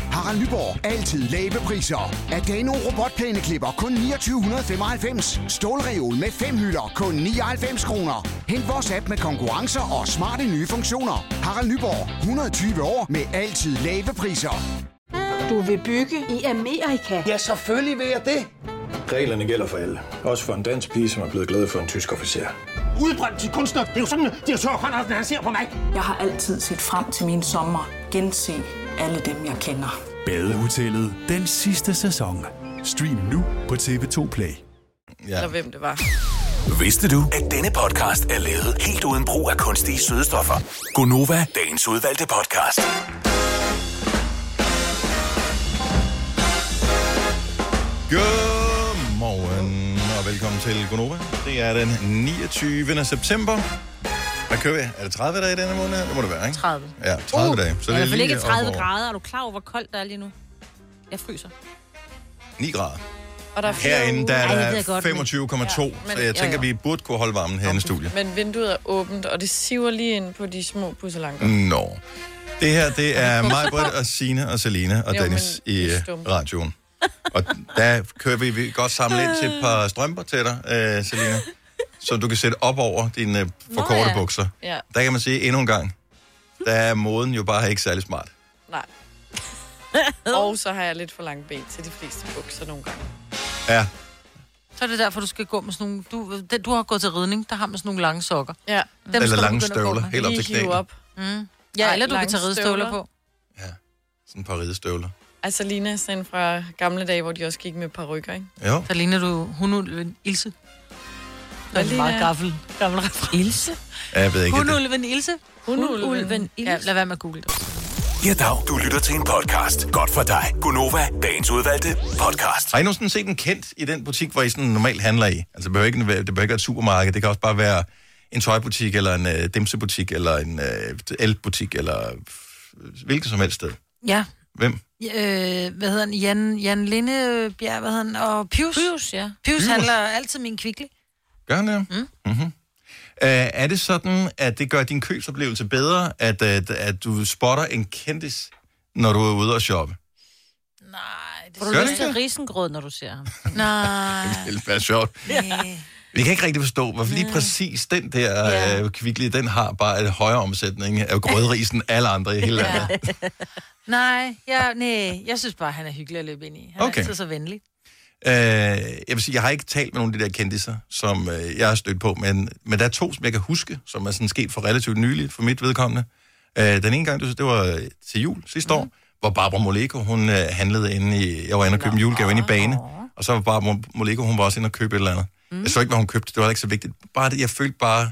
N: Harald Nyborg. Altid lave priser. Adano robotplæneklipper kun 2995. Stålreol med fem hylder kun 99 kroner. Hent vores app med konkurrencer og smarte nye funktioner. Harald Nyborg. 120 år med altid lave priser.
O: Du vil bygge i Amerika? Ja, selvfølgelig vil jeg det.
P: Reglerne gælder for alle. Også for en dansk pige, som er blevet glad for en tysk officer.
O: Udbrændt til kunstner. Det er jo sådan, at de har Conradsen, han ser på mig. Jeg har altid set frem til min sommer. Gense alle dem, jeg kender.
Q: Badehotellet den sidste sæson. Stream nu på TV2 Play.
A: Ja.
E: Eller hvem det var.
B: Vidste du, at denne podcast er lavet helt uden brug af kunstige sødestoffer? Gonova, dagens udvalgte podcast.
A: Godmorgen og velkommen til Gonova. Det er den 29. september. Hvad kører vi? Er det 30 dage i denne måned? Det må det være, ikke?
D: 30.
A: Ja, 30
E: Uh,
A: dage.
D: Så det er i hvert fald
A: lige
D: ikke
A: op
D: 30
A: over
D: grader. Er du klar over, hvor koldt der er lige nu? Jeg fryser.
A: 9 grader.
E: Og der er fire
A: Herinde
E: uger.
A: der er
E: Ej, det ved jeg godt, men-
A: der 25,2,
E: Ja.
A: så jeg
E: Men-
A: tænker,
E: ja, ja.
A: vi burde kunne holde varmen herinde i studiet.
E: Men vinduet er åbent, og det siver lige ind på de små pusselanker.
A: Nå. Det her, det er mig, Britt og Sine og Selina og
E: Jo, men
A: Dennis i
E: det er
A: øh,
E: stumt.
A: radioen. Og der kører vi, vi kan godt samle ind til et par strømper til dig, øh, Selina, som du kan sætte op over dine øh, for korte
E: ja.
A: bukser.
E: Ja.
A: Der kan man sige endnu en gang, der er moden jo bare ikke særlig smart.
E: Nej. og så har jeg lidt for lange ben til de fleste bukser nogle gange.
A: Ja,
C: Så er det derfor, du skal gå med sådan nogle... Du, det- du har gået til ridning, der har man sådan nogle lange sokker.
E: Ja.
A: Eller lange støvler, helt op til
E: Lige hive
A: knæene.
E: op.
C: Mm. Ja,
E: Ej,
C: eller du kan
E: lange
C: tage ridestøvler
E: støvler.
C: på.
A: sådan et par ridestøvler.
E: Altså ligner jeg sådan en fra gamle dage, hvor de også gik med parrykker, ikke?
A: Jo.
C: Der ligner du hunulven Ilse. Det er en
E: ligner
C: meget
E: jeg?
C: gaffel, gammel reference.
A: Ja, Jeg ved ikke, at det,
C: Hunulven Ilse.
E: Hunulven.
C: Hunulven Ilse. Ja, lad være med at google det.
B: Ja, dag. Du lytter til en podcast. Godt for dig. Gunova, dagens udvalgte podcast.
A: Har I nogensinde set en kendt i den butik, hvor I sådan normalt handler i? Altså, det behøver ikke, være- det behøver ikke være et supermarked. Det kan også bare være en tøjbutik, eller en øh, dimsebutik, eller en øh, elbutik, eller f- hvilket som helst sted.
C: Ja.
A: Hvem?
C: Øh, hvad hedder han? Jan, Jan Lindebjerg, hvad hedder han? Og Pius. Pius,
D: ja.
C: Pius,
A: Pius.
C: handler altid min kvikle.
A: Gør han det? Mm. Mm-hmm. Øh, er det sådan, at det gør din købsoplevelse bedre, at, at, at du spotter en kendis, når du er ude og shoppe?
D: Får du
A: Gør
D: lyst
A: det
D: til
A: ikke?
D: risengrød, når du ser ham?
C: Nej.
A: Det er sjovt. Vi kan ikke rigtig forstå, hvorfor lige præcis den der ja. øh, kvikli, den har bare en højere omsætning af grødrisen end alle andre i hele landet. Ja.
C: Nej, ja, nej, jeg synes bare, han er hyggelig at løbe ind i. Han
A: Okay.
C: er altid så venlig.
A: Øh, jeg vil sige, jeg har ikke talt med nogen af de der kendtiser, som øh, jeg har stødt på, men, men der er to, som jeg kan huske, som er sådan sket for relativt nyligt for mit vedkommende. Øh, den ene gang, du- det var øh, til jul sidste år, hvor Barbara Moleko, hun øh, handlede inde i, jeg var inde og købe en julegave inde i Bane, og så var Barbara Moleko, hun var også inde og købe et eller andet. Mm. Jeg så ikke, hvad hun købte, det var heller ikke så vigtigt. Bare det, jeg følte bare,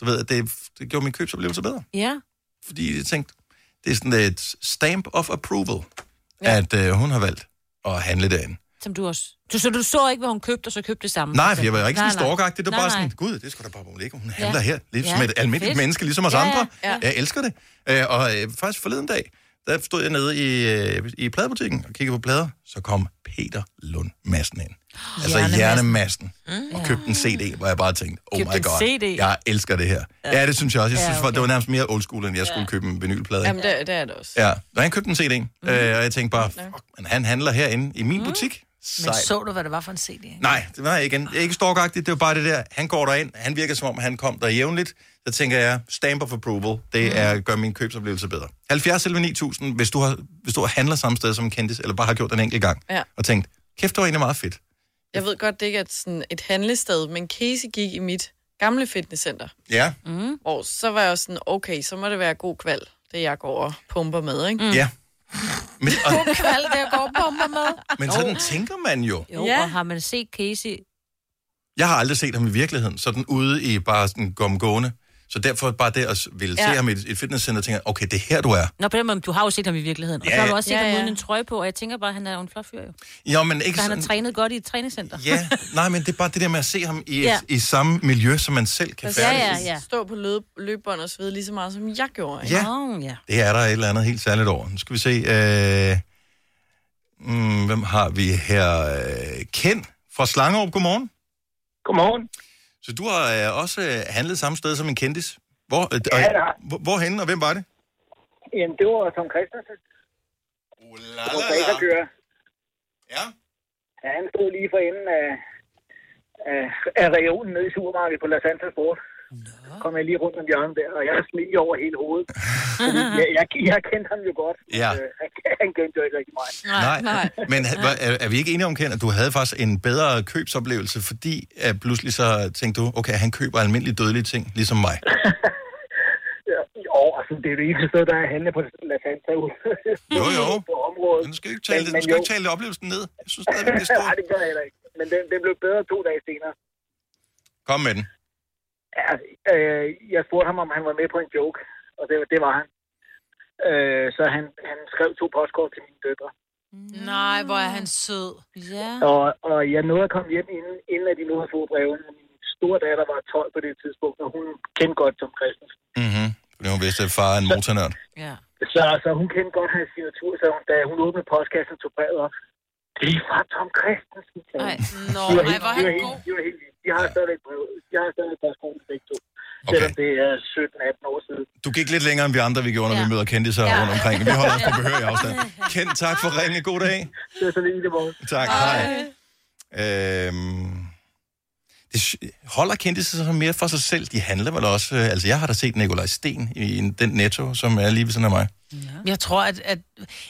A: du ved, at det, det gjorde min købsoplevelse bedre,
D: Ja.
A: fordi jeg tænkte, det er sådan et stamp of approval, ja. at øh, hun har valgt at handle derinde.
D: Som du også. Du, så du så ikke, hvad hun købte, og så købte det samme?
A: Nej, for jeg var ikke sådan
D: Nej, nej.
A: storkagtig. Det var
D: Nej,
A: bare sådan,
D: nej.
A: gud, det skulle da bare Moleko. Hun
D: Ja.
A: handler her, lidt
D: Ja,
A: som et almindeligt
D: fedt.
A: menneske, ligesom os
D: Ja, ja,
A: andre.
D: ja.
A: Jeg elsker det. Øh, Og øh, faktisk forleden dag, der stod jeg nede i, øh, i pladebutikken og kiggede på plader. Så kom Peter Lund Madsen ind. Altså
B: Hjernemassen.
A: Hjernemassen.
B: Mm.
A: Og købte en CD, hvor jeg bare tænkte, oh
B: Købte
A: my
B: en
A: god,
B: CD?
A: jeg elsker det her. Ja, det synes jeg også. Jeg
E: Ja,
A: synes, ja, okay. det var nærmest mere old school, end jeg skulle købe en vinylplade.
E: Jamen, det, det er det også.
A: Ja, når han købte en CD, mm. øh, og jeg tænkte bare, fuck, man, han handler herinde i min butik.
C: Men
A: Sejt.
C: så du, hvad det var for en CD? ikke?
A: Nej, det var igen ikke storkagtigt. Det var bare det der, han går derind, han virker som om, han kom der jævnligt. Så tænker jeg, stamp of approval, det er, gør min købsoplevelse bedre. 70 eller 9000, hvis du, har, hvis du handler samme sted som en kendis, eller bare har gjort det en enkelt gang,
E: Ja.
A: og tænkt, kæft, det var egentlig meget fedt.
E: Jeg ved godt, det ikke er sådan et handlested, men Casey gik i mit gamle fitnesscenter.
A: Ja.
E: Mm. Og så var jeg jo sådan, okay, så må det være god kval, det jeg går og pumper med, ikke?
A: Mm. Ja. Men, og,
E: God kval, det jeg går og pumper med.
A: men sådan tænker man jo.
D: Jo, ja. og har man set Casey...
A: Jeg har aldrig set ham i virkeligheden, sådan ude i bare sådan gomgående. Så derfor bare det at s- ville se
D: Ja.
A: ham i et et fitnesscenter, tænker jeg, okay, det er her, du er.
D: Nå, på den måde, du har jo set ham i virkeligheden. Og
A: Ja,
D: så har
A: ja.
D: du også set
A: Ja,
D: ham
A: ja.
D: uden en trøje på, og jeg tænker bare, at han er jo en flot fyr, jo.
A: Jo, men ikke
D: Så han
A: sådan...
D: har trænet godt i et træningscenter.
A: Ja, nej, men det er bare det der med at se ham i,
D: Ja.
A: ja. i samme miljø, som man selv kan
E: Kan
A: færdes.
E: ja, ja, ja. stå på løb, løbebånd og svede lige så meget, som jeg gjorde.
A: Ja.
D: Oh, ja.
A: Det er der et eller andet helt særligt over. Nu skal vi se. Øh, mm, hvem har vi her? Øh, Ken fra Slangerup. Godmorgen. Godmorgen. Så du har øh, også øh, handlet samme sted som en kendis. Hvor, øh,
R: Ja,
A: og,
R: det har
A: hvor, hvorhenne, og hvem var det?
R: Jamen, det var Tom Christensen.
A: Ulala.
R: Som bagerkører.
A: Ja.
R: Ja, han stod lige for enden af, af, af regionen nede i supermarkedet på La Santa Sport. Nå. kom jeg lige rundt om hjørnet der, og jeg smil over hele hovedet. Fordi jeg, jeg, jeg kendte ham jo godt.
A: Ja.
R: Øh, han, han kendte jo ikke rigtig mig.
A: Men ha- var- er, er vi ikke enige om, Ken, at du havde faktisk en bedre købsoplevelse, fordi at pludselig så tænkte du, okay, han køber almindelige dødelige ting, ligesom mig.
R: Ja, jo, altså, det er det eneste sted, der er handlet på La Santa ude.
A: Jo, jo.
R: på området.
A: Men du skal ikke tale, men, men skal ikke tale oplevelsen ned. Jeg synes stadigvæk, det er stort.
R: Nej, det gør jeg heller ikke. Men den, den blev bedre to dage senere.
A: Kom med den.
R: Ja, øh, jeg spurgte ham, om han var med på en joke, og det, det var han. Øh, så han, han skrev to postkort til mine døtre.
A: Mm.
C: Nej, hvor er han sød. Ja.
R: Og, og jeg nåede at komme hjem, inden, inden at de nåede at få brevene. Min store datter var 12 på det tidspunkt, og hun kendte godt Tom Christensen.
A: Mm-hmm. Fordi hun vidste, at far er en motornørd.
R: Så, så hun kendte godt hans signatur, så hun, da hun åbnede postkassen, tog brevet op. Det er fra Tom Christensen. Nej,
C: nå, ej, hvor er han god.
R: De var helt vildt. De har stadigvæk brevet. De har stadigvæk postkortet begge to. Okay. Selvom det er 17-18 år siden.
A: Du gik lidt længere, end vi andre, vi gjorde, når ja. vi møder kendte ja. rundt omkring. Vi holder os på behørig afstand. Kent, tak for ringen. God dag.
R: Det er så lige det
A: Tak, hej. Øhm, det, sy- holder kendte sig så mere for sig selv. De handler vel også... øh, Altså, jeg har da set Nikolaj Sten i en- den netto, som er lige ved siden af mig.
C: Jeg tror, at, at,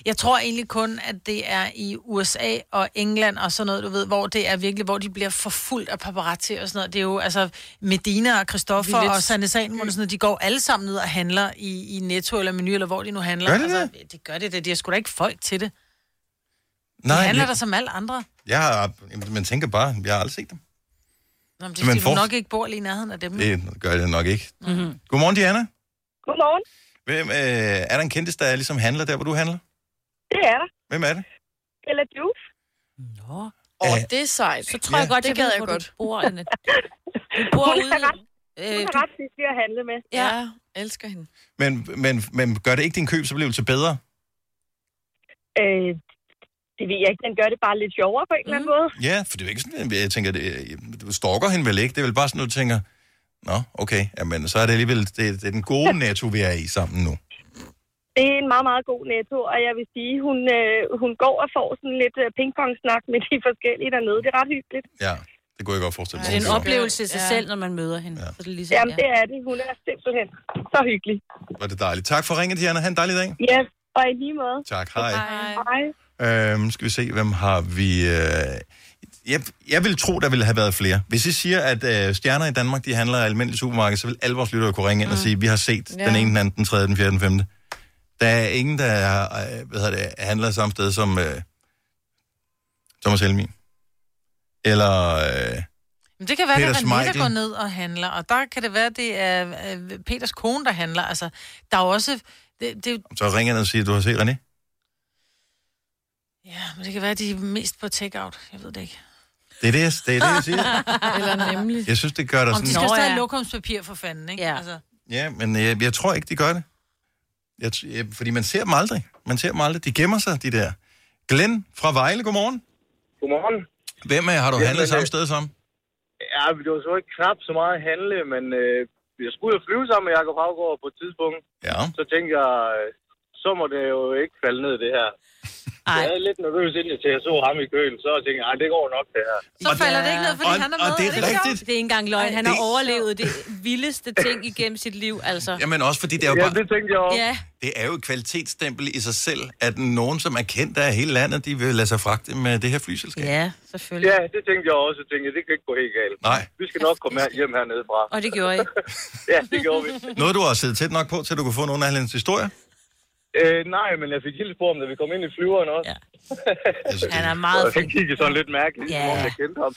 C: jeg tror egentlig kun, at det er i USA og England og sådan noget, du ved, hvor det er virkelig, hvor de bliver forfulgt af paparazzi og sådan noget. Det er jo, altså, Medina og Christoffer
E: Vi er lidt-
C: og Sanne Salmon og sådan noget, de går alle sammen ned og handler i, i Netto eller Meny, eller hvor de nu handler.
A: Gør de
C: altså, det? det gør det, det. De har sgu da ikke folk til det. De
A: Nej,
C: handler
A: jeg-
C: der som alle andre.
A: Jeg har... jamen, Man tænker bare, jeg har aldrig set dem.
C: Nå, men det
A: Men
C: er, fordi, du
A: for-
C: Mm. nok ikke bor lige i nærheden af dem.
A: Det gør jeg nok ikke.
C: Mm-hmm.
A: Godmorgen, Diana.
S: Godmorgen.
A: Hvem, øh, er der en kendis, der ligesom handler der, hvor du handler?
L: Det er der.
A: Hvem er det?
L: Bella Diouf.
E: Åh, oh, det er sejt. Så
A: tror jeg
E: godt, det gad jeg godt.
D: Bor, Anna.
E: Du
L: bor
E: ude... Øh,
L: Hun er ret fiffig at handle med.
E: Ja, elsker hende.
A: Men, men, men gør det ikke din købsoplevelse bedre?
L: Øh, det ved jeg ikke. Den gør det bare lidt sjovere på en eller
F: Mhm.
L: anden måde.
A: Ja, for det er jo ikke sådan, jeg tænker, det, øh, du stalker hende vel ikke? Det er vel bare sådan, du tænker, nå, okay, jamen, så er det alligevel det, det er den gode netto, vi er i sammen nu.
L: Det er en meget, meget god netto, og jeg vil sige, hun, øh, hun går og får sådan lidt øh, pingpong-snak med de forskellige dernede. Det er ret hyggeligt.
A: Ja, det kunne jeg godt forestille mig.
D: Det er en
A: hun gør.
D: oplevelse i sig selv, når man møder hende. Ja. Så det er ligesom,
L: Jamen, det er det. Hun er simpelthen så hyggelig.
A: Var det dejligt. Tak for ringet, Diana. Ha' en dejlig dag.
L: Ja, og i lige måde.
A: Tak, hej.
L: Hej.
A: Øhm, skal vi se, hvem har vi... Øh... Jeg, jeg vil tro, der ville have været flere. Hvis I siger, at øh, stjerner i Danmark, de handler i almindelige supermarked, så vil alle vores lyttere kunne ringe ind og sige, vi har set
S: Ja.
A: den ene, den anden, den tredje, den fjerde, den femte. Der er ingen, der øh, hvad hedder det, handler samme sted som øh, Thomas Helmi. Eller... Øh,
C: Men det kan være,
A: Peter
C: at René, der
A: Schmeichel.
C: går ned og handler, og der kan det være, at det er øh, Peters kone, der handler. Altså, der er jo også... Det, det,
A: så ringer han og siger, du har set René.
C: ja, men det kan være, at de er mest på take-out. Jeg ved det ikke.
A: Det er det, jeg, det, er det, jeg siger.
C: Eller nemlig.
A: Jeg synes, det gør der
C: Om de skal
A: sådan...
C: stadig have lokumspapir for fanden, ikke? Ja. Altså,
A: Ja, men øh, jeg, jeg tror ikke, de gør det. Jeg, t- jeg, fordi man ser dem aldrig. Man ser dem aldrig. De gemmer sig, de der. Glenn fra Vejle, godmorgen.
T: Godmorgen.
A: Hvem af jer har du
T: Ja,
A: handlet
T: men,
A: samme
T: øh,
A: sted som?
T: Ja, men det var så ikke knap så meget handle, men øh, jeg skulle jo flyve sammen med Jacob Havgaard på et tidspunkt.
A: Ja.
T: Så tænkte jeg, øh, så må det jo ikke falde ned, det her. Så jeg er lidt nervøs, inden jeg, til jeg så ham i køen, så tænkte jeg, "Ej, det går nok, det her.
D: Så falder det ikke ned, fordi
T: Og-
D: og, han er
T: og
D: med.
T: det er
D: ikke
A: rigtigt.
D: sjovt? Det er ikke engang løgn. Han
A: Ej,
D: har
A: det er
D: overlevet det vildeste ting igennem sit liv, altså.
A: Jamen også fordi det er jo
D: Ja,
A: bare...
T: det tænkte jeg også.
D: Ja.
A: Det er jo et kvalitetsstempel i sig selv, at nogen, som er kendt af hele landet, de vil lade sig fragte med det her flyselskab.
D: Ja, selvfølgelig.
T: Ja, det tænkte jeg også. Jeg tænkte, det kan ikke gå helt galt.
A: Nej.
T: Vi skal nok komme her, hjem hernede fra.
D: Og det gjorde I.
T: ja, det gjorde vi.
A: Noget, du har siddet tæt nok på, til du kunne få nogle af hans historier?
T: Øh, nej, men jeg fik hils på ham, da vi kom ind i flyveren også. Ja.
D: Han er
T: Og
D: meget
T: han kiggede sådan lidt mærkeligt,
D: Ja.
T: yeah. om jeg kendte ham.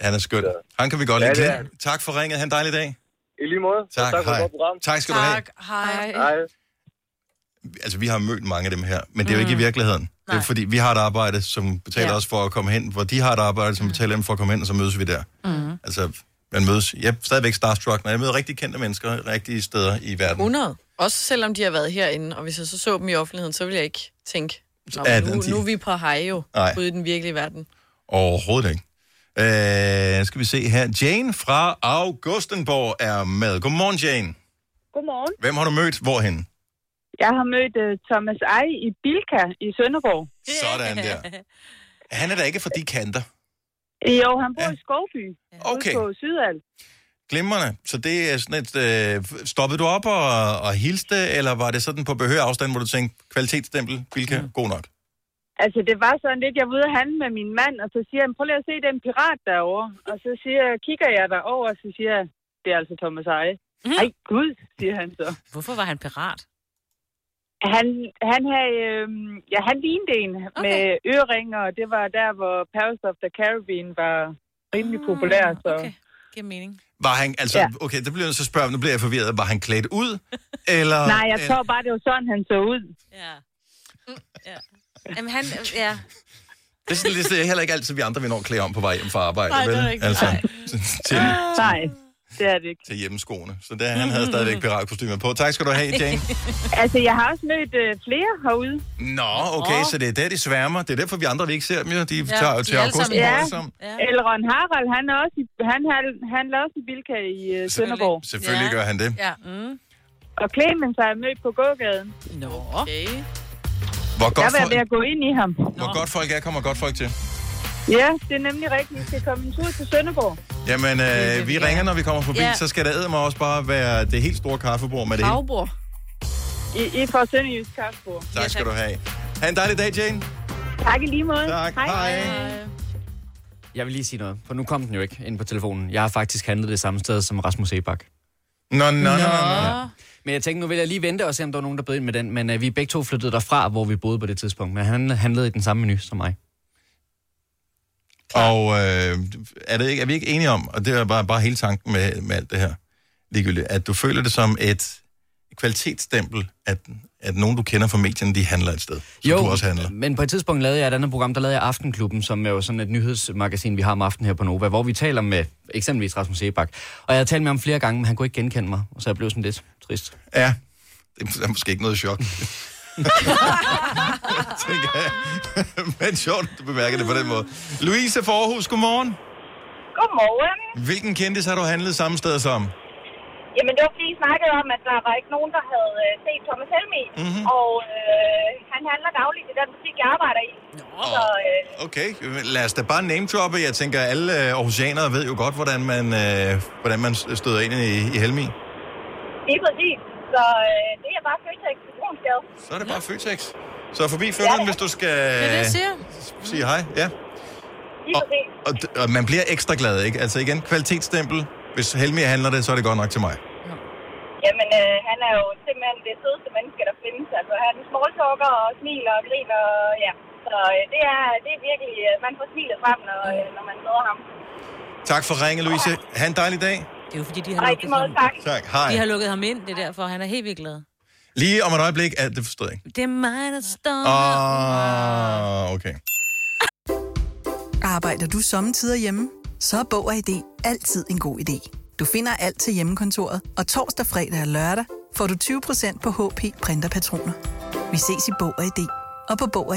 A: Han er skøn. Han kan vi godt
T: Ja,
A: lide.
T: det er
A: Glenn, tak for ringet. Ha' en dejlig dag.
T: I lige måde.
A: Tak,
T: tak for
A: hej.
T: et godt program.
A: Tak skal du have.
C: hej.
T: Hej.
A: altså vi har mødt mange af dem her, men det er jo ikke i virkeligheden. Nej. Det er fordi, vi har et arbejde, som betaler
U: Ja.
A: ja. os for at komme hen, hvor de har et arbejde, som betaler dem for at komme hen, og så mødes vi der.
U: Mm.
A: Altså, man mødes. Jeg er stadigvæk starstruck, når jeg møder rigtig kendte mennesker, rigtige steder i verden.
E: 100. Også selvom de har været herinde, og hvis jeg så så dem i offentligheden, så ville jeg ikke tænke, Nå,
A: Ja,
E: men nu,
A: den-
E: nu er vi på hej jo,
A: Nej.
E: ude i den virkelige verden.
A: Overhovedet ikke. Øh, skal vi se her. Jane fra Augustenborg er med. Godmorgen, Jane.
V: Godmorgen.
A: Hvem har du mødt? Hvorhen?
V: Jeg har mødt uh, Thomas Eje i Bilka i Sønderborg.
A: Sådan der. Han er da ikke fra de kanter.
V: Jo, han bor ja. i Skovby.
A: Okay.
V: ude På Sydal.
A: Glimrende. Så det er sådan et... Øh, stoppede du op og, og hilste, eller var det sådan på behør afstand, hvor du tænkte, kvalitetsstempel, Bilka, mm. god nok?
V: Altså, det var sådan lidt, jeg var ude at handle med min mand, og så siger han, prøv lige at se den pirat derovre. Og så siger, jeg, kigger jeg derover, og så siger jeg, det er altså Thomas Eje. Mm. Ej, gud, siger han så.
D: Hvorfor var han pirat?
V: Han, han, havde, øhm, ja, han lignede en okay. med øreringer, og det var der, hvor Pirates of the Caribbean var rimelig populær. Så. Ah, Okay.
D: Giver mening.
A: Var han, altså,
V: Ja.
A: ja. okay, det bliver jeg nødt til at spørge, om, nu bliver jeg forvirret. Var han klædt ud? Eller, øh,
V: Nej, jeg tror bare, det var sådan, han så ud.
D: Ja. Mm, ja. Jamen, han, ja.
A: Det er sådan lidt, det er heller ikke altid, vi andre vi når at klæde om på vej hjem fra arbejde.
V: Nej, det er
A: vel?
V: rigtigt.
A: Altså,
V: Nej.
A: til,
V: Nej, det er det ikke.
A: til hjemmeskoene. Så der, han havde stadigvæk
V: Mm.
A: piratkostymer på. Tak skal du have, Jane.
V: altså, jeg har også mødt øh, flere herude.
A: Nå, okay,
V: Nå.
A: så det er der, de sværmer. Det er derfor, vi andre vi ikke ser dem jo. De tager jo til august.
V: Ja.
A: Ja.
V: ja. Elron Harald, han er også i, han, han, han er også i Bilka i øh, Sønderborg.
A: Selvfølgelig gør han det.
V: Ja. Mm. Og Clemens har jeg mødt på gågaden.
D: Nå.
E: Okay.
A: Hvor
V: Jeg
A: godt,
V: var
A: folk,
V: ved at gå ind i ham.
A: hvor godt folk er, kommer godt folk til.
V: Ja, det er nemlig rigtigt. Vi skal komme en tur til Sønderborg.
A: Jamen, øh, vi ringer, når vi kommer forbi,
V: Ja.
A: så skal der mig også bare være det helt store kaffebord med det hele.
V: Havbord. I, I får Sønderjysk Kaffebord.
A: Tak skal du have. Ha' en dejlig dag, Jane.
V: Tak i lige måde.
A: Tak. Hej.
V: Hej.
J: Jeg vil lige sige noget, for nu kom den jo ikke ind på telefonen. Jeg har faktisk handlet det samme sted som Rasmus Ebak.
A: Nå, nå, nå,
J: nå. Men jeg tænkte, nu vil jeg lige vente og se, om der var nogen, der bød ind med den. Men uh, vi er begge to flyttet derfra, hvor vi boede på det tidspunkt. Men han handlede i den samme menu som mig.
A: Og øh, er, det ikke, er vi ikke enige om, og det er bare, bare hele tanken med, med alt det her, ligegyldigt, at du føler det som et, kvalitetsstempel, at, at nogen, du kender fra medierne, de handler et sted, som
J: Jo.
A: du også handler.
J: Men på et tidspunkt lavede jeg et andet program, der lavede jeg Aftenklubben, som er jo sådan et nyhedsmagasin, vi har om aftenen her på Nova, hvor vi taler med eksempelvis Rasmus Sebak. Og jeg har talt med ham flere gange, men han kunne ikke genkende mig, så jeg blev sådan lidt trist.
A: Ja, det er måske ikke noget chok. Tænker jeg. Men sjovt, du bemærker det på den måde. Louise Forhus, godmorgen.
F: Godmorgen.
A: Hvilken kendis har du handlet samme sted som?
F: Jamen, det var fordi, I snakkede om, at der var ikke nogen, der havde øh, set Thomas Helmi.
A: Mhm.
F: Og øh, han handler dagligt i den butik, jeg arbejder i. Så øh,
A: Okay, lad os da bare name droppe. Jeg tænker, alle øh, aarhusianere ved jo godt, hvordan man, øh, hvordan man støder ind i, i Helmi.
F: det er præcis. Så øh, det er bare Føtex i Brunsgade.
A: Så er det bare Føtex. Så forbi føreren, hvis du skal øh, sige Øh, hej. Ja.
F: Lige præcis.
A: Og, d- og man bliver ekstra glad, ikke? Altså igen, kvalitetsstempel. Hvis Helmi handler det, så er det godt nok til mig.
F: Jamen, øh, han er jo simpelthen det sødeste menneske, der findes. Altså, han småltalker og smiler og griner, og ja. Så øh, det, er, det er virkelig, øh, man får smilet frem, når, øh, når man møder ham.
A: Tak for ringen, Louise. Ha' en dejlig dag.
D: Det er jo fordi, de
F: Og
D: har
F: i lige
D: lukket
F: måde,
D: ham.
F: tak.
A: Tak.
D: De har
A: Hej.
D: lukket ham ind, det er derfor. Han er helt vildt glad.
A: Lige om et øjeblik. Ja, det forstod jeg ikke.
D: Det er mig, der står.
A: Åh, oh, okay.
M: Arbejder du sommetider hjemme? Så er Bog og ID altid en god idé. Du finder alt til hjemmekontoret, og torsdag, fredag og lørdag får du 20% på HP Printerpatroner. Vi ses i Bog og ID og på Bog og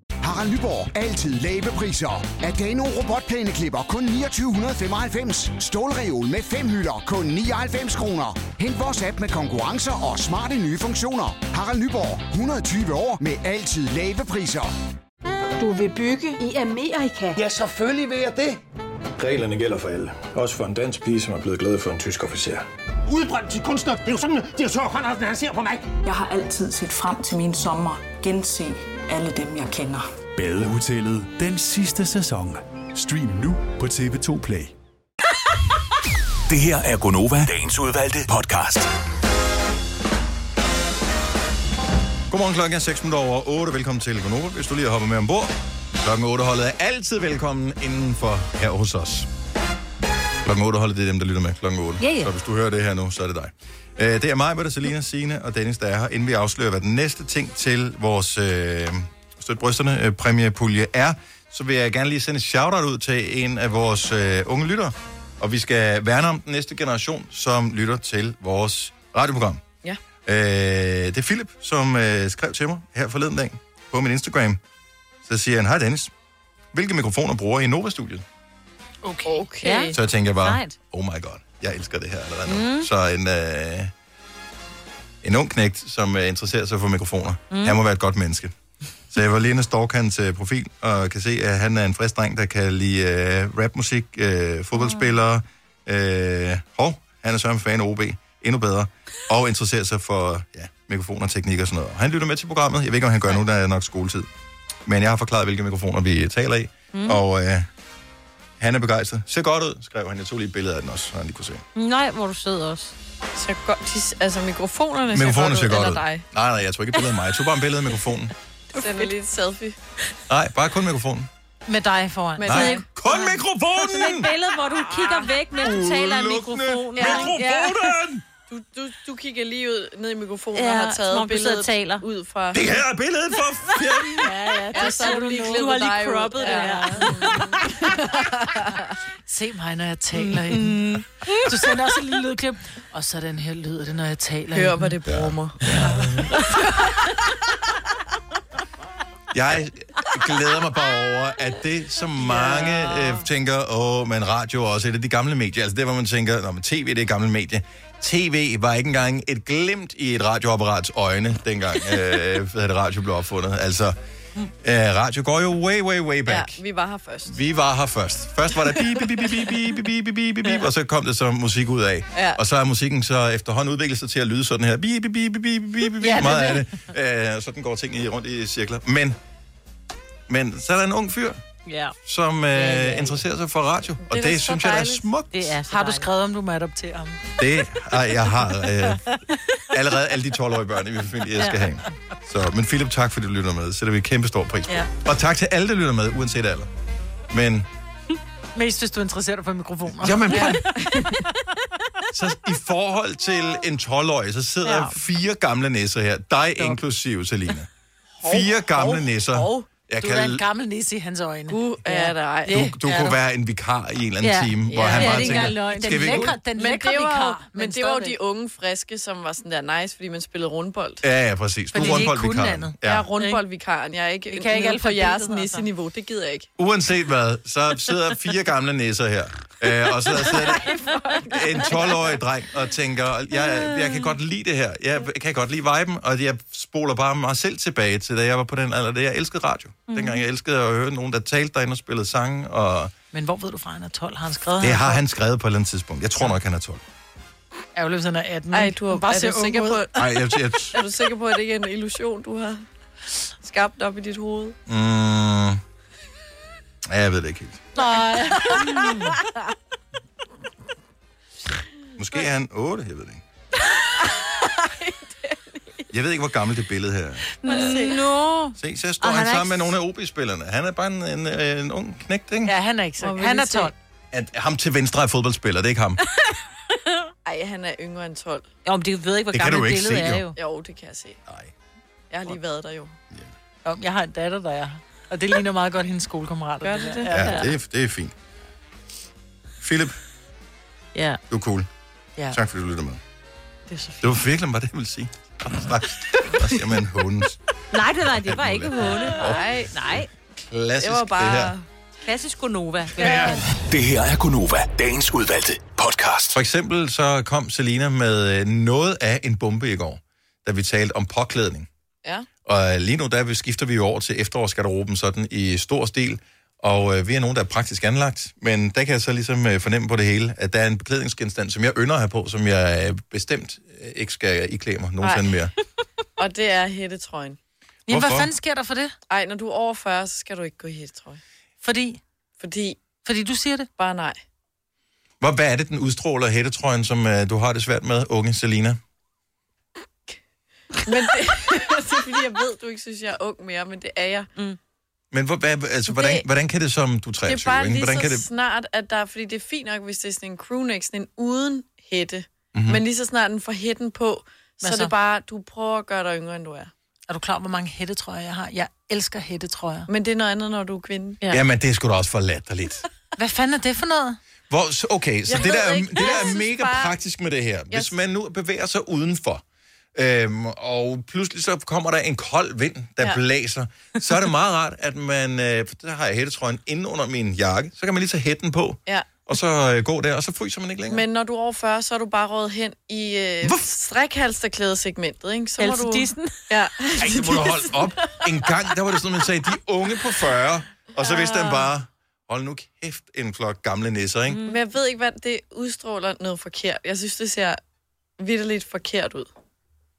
N: Harald Nyborg. Altid lave priser. Adano robotplæneklipper kun 2995. Stålreol med fem hylder kun 99 kroner. Hent vores app med konkurrencer og smarte nye funktioner. Harald Nyborg. 120 år med altid lave priser.
S: Du vil bygge i Amerika? Ja, selvfølgelig vil jeg det.
P: Reglerne gælder for alle. Også for en dansk pige, som er blevet glad for en tysk officer.
O: Udbrændt til kunstner. Det er jo sådan, at de har tørt, han, han ser på mig. Jeg har altid set frem til min sommer. Gense alle dem, jeg kender.
Q: Badehotellet den sidste sæson. Stream nu på TV2 Play.
B: Det her er Gonova, dagens udvalgte podcast.
A: Godmorgen klokken er 6 minutter over 8. Velkommen til Gonova, hvis du lige har hoppet med ombord. Klokken 8 holdet er altid velkommen indenfor her hos os. Klokken 8 holdet, det er dem, der lytter med. Klokken 8.
B: Ja, ja.
A: Så hvis du hører det her nu, så er det dig. Øh, Det er mig, Britta, Selina, Signe og Dennis, der er her, inden vi afslører, hvad den næste ting til vores øh, Støt Brysterne øh, præmiepulje er. Så vil jeg gerne lige sende et shout-out ud til en af vores øh, unge lyttere. Og vi skal værne om den næste generation, som lytter til vores radioprogram.
E: Ja.
A: Øh, det er Philip, som øh, skrev til mig her forleden dag på min Instagram. Så siger han, hej Dennis, hvilke mikrofoner bruger I i Nova-studiet?
E: Okay. okay.
A: Så jeg tænker bare, oh my god, jeg elsker det her allerede nu.
E: Mm.
A: Mm. Så en, øh, en ung knægt, som øh, interesserer sig for mikrofoner,
U: Mm.
A: mm. han må være et godt menneske. Så jeg var lige inde og stalk hans øh, profil, og kan se, at han er en frisk dreng, der kan lide øh, rapmusik, øh, fodboldspillere. Øh, hov, han er sørme fan af OB. Endnu bedre. Og interesserer sig for ja, mikrofoner, teknik og sådan noget. Og Han lytter med til programmet. Jeg ved ikke, om han gør nu, der er nok skoletid. Men jeg har forklaret, hvilke mikrofoner vi øh, taler i. Mm. Og øh, han er begejstret. Ser godt ud, skrev han. Jeg tog lige et billede af den også, så han lige kunne se.
D: Nej, hvor du sidder også.
E: Så godt, de, altså mikrofonerne,
A: Mikrofonen
E: ser
A: ser
E: godt ud,
A: godt ud.
E: eller dig.
A: Nej, nej, jeg tog ikke et billede af mig. Jeg tog bare et billede af mikrofonen.
E: Sender lige et selfie.
A: Nej, bare kun mikrofonen.
C: Med dig foran.
A: Med Nej, dig. kun mikrofonen!
D: Sådan et billede, hvor du kigger væk, mens du taler i mikrofonen.
E: Mikrofonen! Du, du, du kigger lige ud ned i mikrofonen ja,
D: Ja,
E: og har
D: som om
E: taget
D: du sidder
E: billedet
D: og taler.
E: ud fra...
D: Det her er
A: billedet for fjenden!
E: ja, ja, det
D: Ja,
E: så er du lige
D: du har
E: klippet
D: lige
E: dig ud.
D: croppet det
E: Ja.
D: her.
C: Se mig, når jeg taler i den. Du sender også en lille lydklip. Og sådan her lyder det, når jeg taler i
E: Hør,
C: den.
E: hvor det brummer.
A: Jeg glæder mig bare over, at det, som mange ja. øh, tænker, åh, men radio er også et af de gamle medier. Altså det, hvor man tænker, Nå, men tv det er et gammelt medie. TV var ikke engang et glimt i et radioapparats øjne, dengang øh, hvad hedder det, radio blev opfundet. Altså, øh, radio går jo way, way, way back.
E: Ja, vi var her først.
A: Vi var her først. Først var der bip, bip, bip, bip, bip, bip, bip, bip, bip, bip, bip, og så kom det så musik ud af.
E: Ja.
A: Og så er musikken så efterhånden udviklet sig til at lyde sådan her. Bip, bip, bip, bip, bip, bip, bip,
E: Ja, det
A: bip, meget
E: er
A: af det. Øh, og sådan går tingene i- rundt i cirkler. Men, men så er der en ung fyr,
D: Ja.
A: som øh, interesserer sig for radio. Og det, det synes jeg er smukt.
C: Det er har du skrevet, om du må adoptere ham?
A: Det har jeg har øh, allerede alle de 12-årige børn i min familie, jeg skal
C: Ja.
A: have. Så, men Philip, tak fordi du lytter med. Sætter vi kæmpe stor pris på.
C: Ja.
A: Og tak til alle, der lytter med, uanset alder. Men
C: Mest hvis du interesserer dig for mikrofoner.
A: Jamen, prøv. så i forhold til en 12-årig, så sidder
C: Ja.
A: ja. fire gamle nisser her. Dig inklusive, Selina. Fire gamle nisser. Jeg
C: du
A: kan
C: er en gammel nisse i hans øjne. Du
E: er der ej.
A: Du, du kunne være en vikar i en eller anden time, hvor han bare tænker, skal vi ikke...
C: den
E: men
C: lækre
E: det var, jo-
C: vikar, men
E: men det var jo
C: stadigvæk.
E: de unge friske, som var sådan der nice, fordi man spillede rundbold.
A: Ja, ja, præcis. Du er rundboldvikaren.
E: Ja.
A: Ja.
E: Jeg er rundboldvikaren. Jeg er ikke
C: kan ikke
E: nede på
C: alfabetet,
E: jeres
C: altså.
E: nisse-niveau. Det gider jeg ikke.
A: Uanset hvad, så sidder fire gamle nisser her. Øh, og så sidder der en 12-årig dreng og tænker, jeg, jeg kan godt lide det her. Jeg kan godt lide viben, og jeg spoler bare mig selv tilbage til, da jeg var på den alder, da jeg elskede radio.
C: Mhm.
A: Mm. Dengang jeg elskede at høre nogen, der talte derinde og spillede sange, og
C: Men hvor ved du fra, han er 12? Har han skrevet?
A: det har han skrevet på et eller andet tidspunkt. Jeg tror nok, han er 12.
C: Ærgerligt, hvis han er 18.
E: Ej,
C: ikke?
E: du er,
C: Han
E: bare er,
C: ser
E: du
C: ung
E: sikker
C: ud.
E: på,
A: Ej, jeg- jeg-
E: er du sikker på, at det ikke er en illusion, du har skabt op i dit hoved?
A: Mm. Ja, jeg ved det ikke helt.
E: Nej.
A: Måske er han 8, jeg ved det ikke. Jeg ved ikke, hvor gammelt det billede her er.
C: Nå.
A: Se, så står
C: Og
A: han,
C: han er
A: han sammen
C: ikke-
A: med nogle af OB-spillerne. Han er bare en, en, øh, en ung knægt, ikke?
C: Ja, han er ikke så.
E: Må vi
C: Han
E: lige
C: er 12.
A: At ham til venstre er fodboldspiller, det er ikke ham.
E: Ej, han er yngre end 12.
D: Jo, men det ved ikke,
A: hvor Det kan gammelt du ikke billedet se, er jo.
E: Jo, det kan jeg se.
A: Nej.
E: Jeg har lige været der jo.
C: Om, jeg har en datter, der er. Og det ligner meget godt hendes skolekammerater.
E: Gør det
C: der.
E: det?
A: Ja, det er, det er fint. Philip,
D: Ja.
A: du er cool.
C: Ja.
A: Tak fordi du lytter med.
C: Det er så
A: Det var virkelig bare det, jeg ville sige. Snak. Der siger man hånes.
D: Nej, det var, det var ikke Måne. Nej, nej.
A: Klassisk, det, var bare... det her.
D: Klassisk Gonova.
A: Det her er Gunova, dagens udvalgte podcast. For eksempel så kom Selina med øh, noget af en bombe i går, da vi talte om påklædning.
E: Ja.
A: Og øh, lige nu, der vi- skifter vi jo over til efterårsgarderoben sådan i stor stil. Og øh, vi er nogen, der er praktisk anlagt, men der kan jeg så ligesom øh, fornemme på det hele, at der er en beklædningsgenstand, som jeg ynder at have på, som jeg øh, bestemt øh, ikke skal iklæde mig nogensinde
E: Nej.
A: mere.
E: Og det er hættetrøjen.
A: Jamen, hvad Hvorfor? fanden
C: sker der for det?
E: Ej, når du er over 40, så skal du ikke gå i hættetrøje.
C: Fordi?
E: Fordi?
C: Fordi du siger det?
E: Bare nej.
A: Hvor, hvad er det, den udstråler hættetrøjen, som øh, du har det svært med, unge Selina?
E: Men det, det er fordi, jeg ved, du ikke synes, jeg er ung mere, men det er jeg. Mm.
A: Men hvor, hvad, altså, hvordan,
E: Det-
A: hvordan kan det som, du er 23,
E: det er bare
A: ikke?
E: lige
A: hvordan
E: så
A: kan det...
E: snart, at der, fordi det er fint nok, hvis det er sådan en crewneck, sådan en uden hætte,
A: Mhm.
E: mm-hmm. men lige så snart den får hætten på, så,
C: Hvad
E: er
C: så?
E: det bare, du prøver at gøre dig yngre, end du er.
C: Er du klar, over, hvor mange hættetrøjer jeg har? Jeg elsker hættetrøjer.
E: Men det er noget andet, når du er kvinde.
A: Ja. Jamen, det er sgu da også for latterligt.
C: Hvad fanden er det for noget?
A: Hvor, så- okay, så
C: Jeg
A: det
C: ved
A: der, er,
C: ikke.
A: det der
C: Jeg
A: er
C: synes
A: mega
C: bare-
A: praktisk med det her.
C: Jeg
A: Hvis man nu bevæger sig udenfor, øhm, og pludselig så kommer der en kold vind, der
G: Ja.
A: ja. blæser, så er det meget rart, at man... Øh, for der har jeg hættetrøjen inde under min jakke, så kan man lige tage hætten på,
E: Ja.
A: og så øh, gå der, og så fryser man ikke længere.
E: Men når du er over 40, så er du bare rådet hen i øh, strikhalsterklædesegmentet, ikke? Så må
A: Altså
E: du...
A: Dissen.
E: Ja.
A: Ej, det må du holde op. En gang, der var det sådan, man sagde, de unge på 40, og
C: Ah.
A: så vidste han bare, hold nu kæft, en flok gamle nisser, ikke?
E: Men jeg ved ikke, hvad det udstråler noget forkert. Jeg synes, det ser vidderligt forkert ud.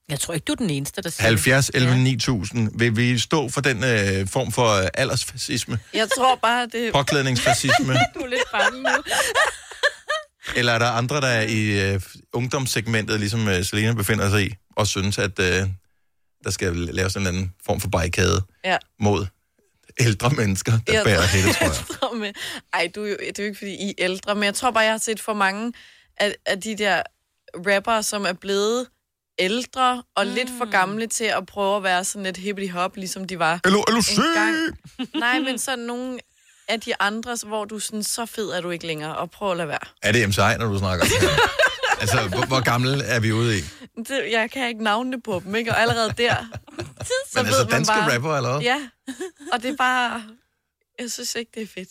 D: Jeg tror ikke, du er den eneste, der siger
A: 70, 11, 9000. Vil vi stå for den øh, form for øh, aldersfascisme,
E: Jeg tror bare, det...
A: Påklædningsfascisme.
E: du er lidt bange nu.
A: eller er der andre, der i øh, ungdomssegmentet, ligesom øh, Selena befinder sig i, og synes, at øh, der skal laves en eller anden form for barrikade
E: Ja.
A: mod ældre mennesker, der
E: Jeg
A: bærer
E: tror-
A: hele trøjer?
E: jeg tror med, ej, du er jo, det er jo ikke, fordi I er ældre, men jeg tror bare, jeg har set for mange af, af de der rappere, som er blevet ældre og mm. lidt for gamle til at prøve at være sådan lidt hippity-hop, ligesom de var
A: Hello, hello,
E: engang. Nej, men sådan nogle af de andre, hvor du er sådan, så fed er du ikke længere, og prøv at lade være.
A: Er det MCI, når du snakker om det her? Altså, hvor, hvor gammel er vi ude i?
E: Det, jeg kan ikke navne på dem, ikke? Og allerede der, så
A: Men
E: ved
A: altså,
E: man
A: danske
E: bare...
A: rapper, eller hvad?
E: Ja, og det er bare... Jeg synes ikke, det er fedt.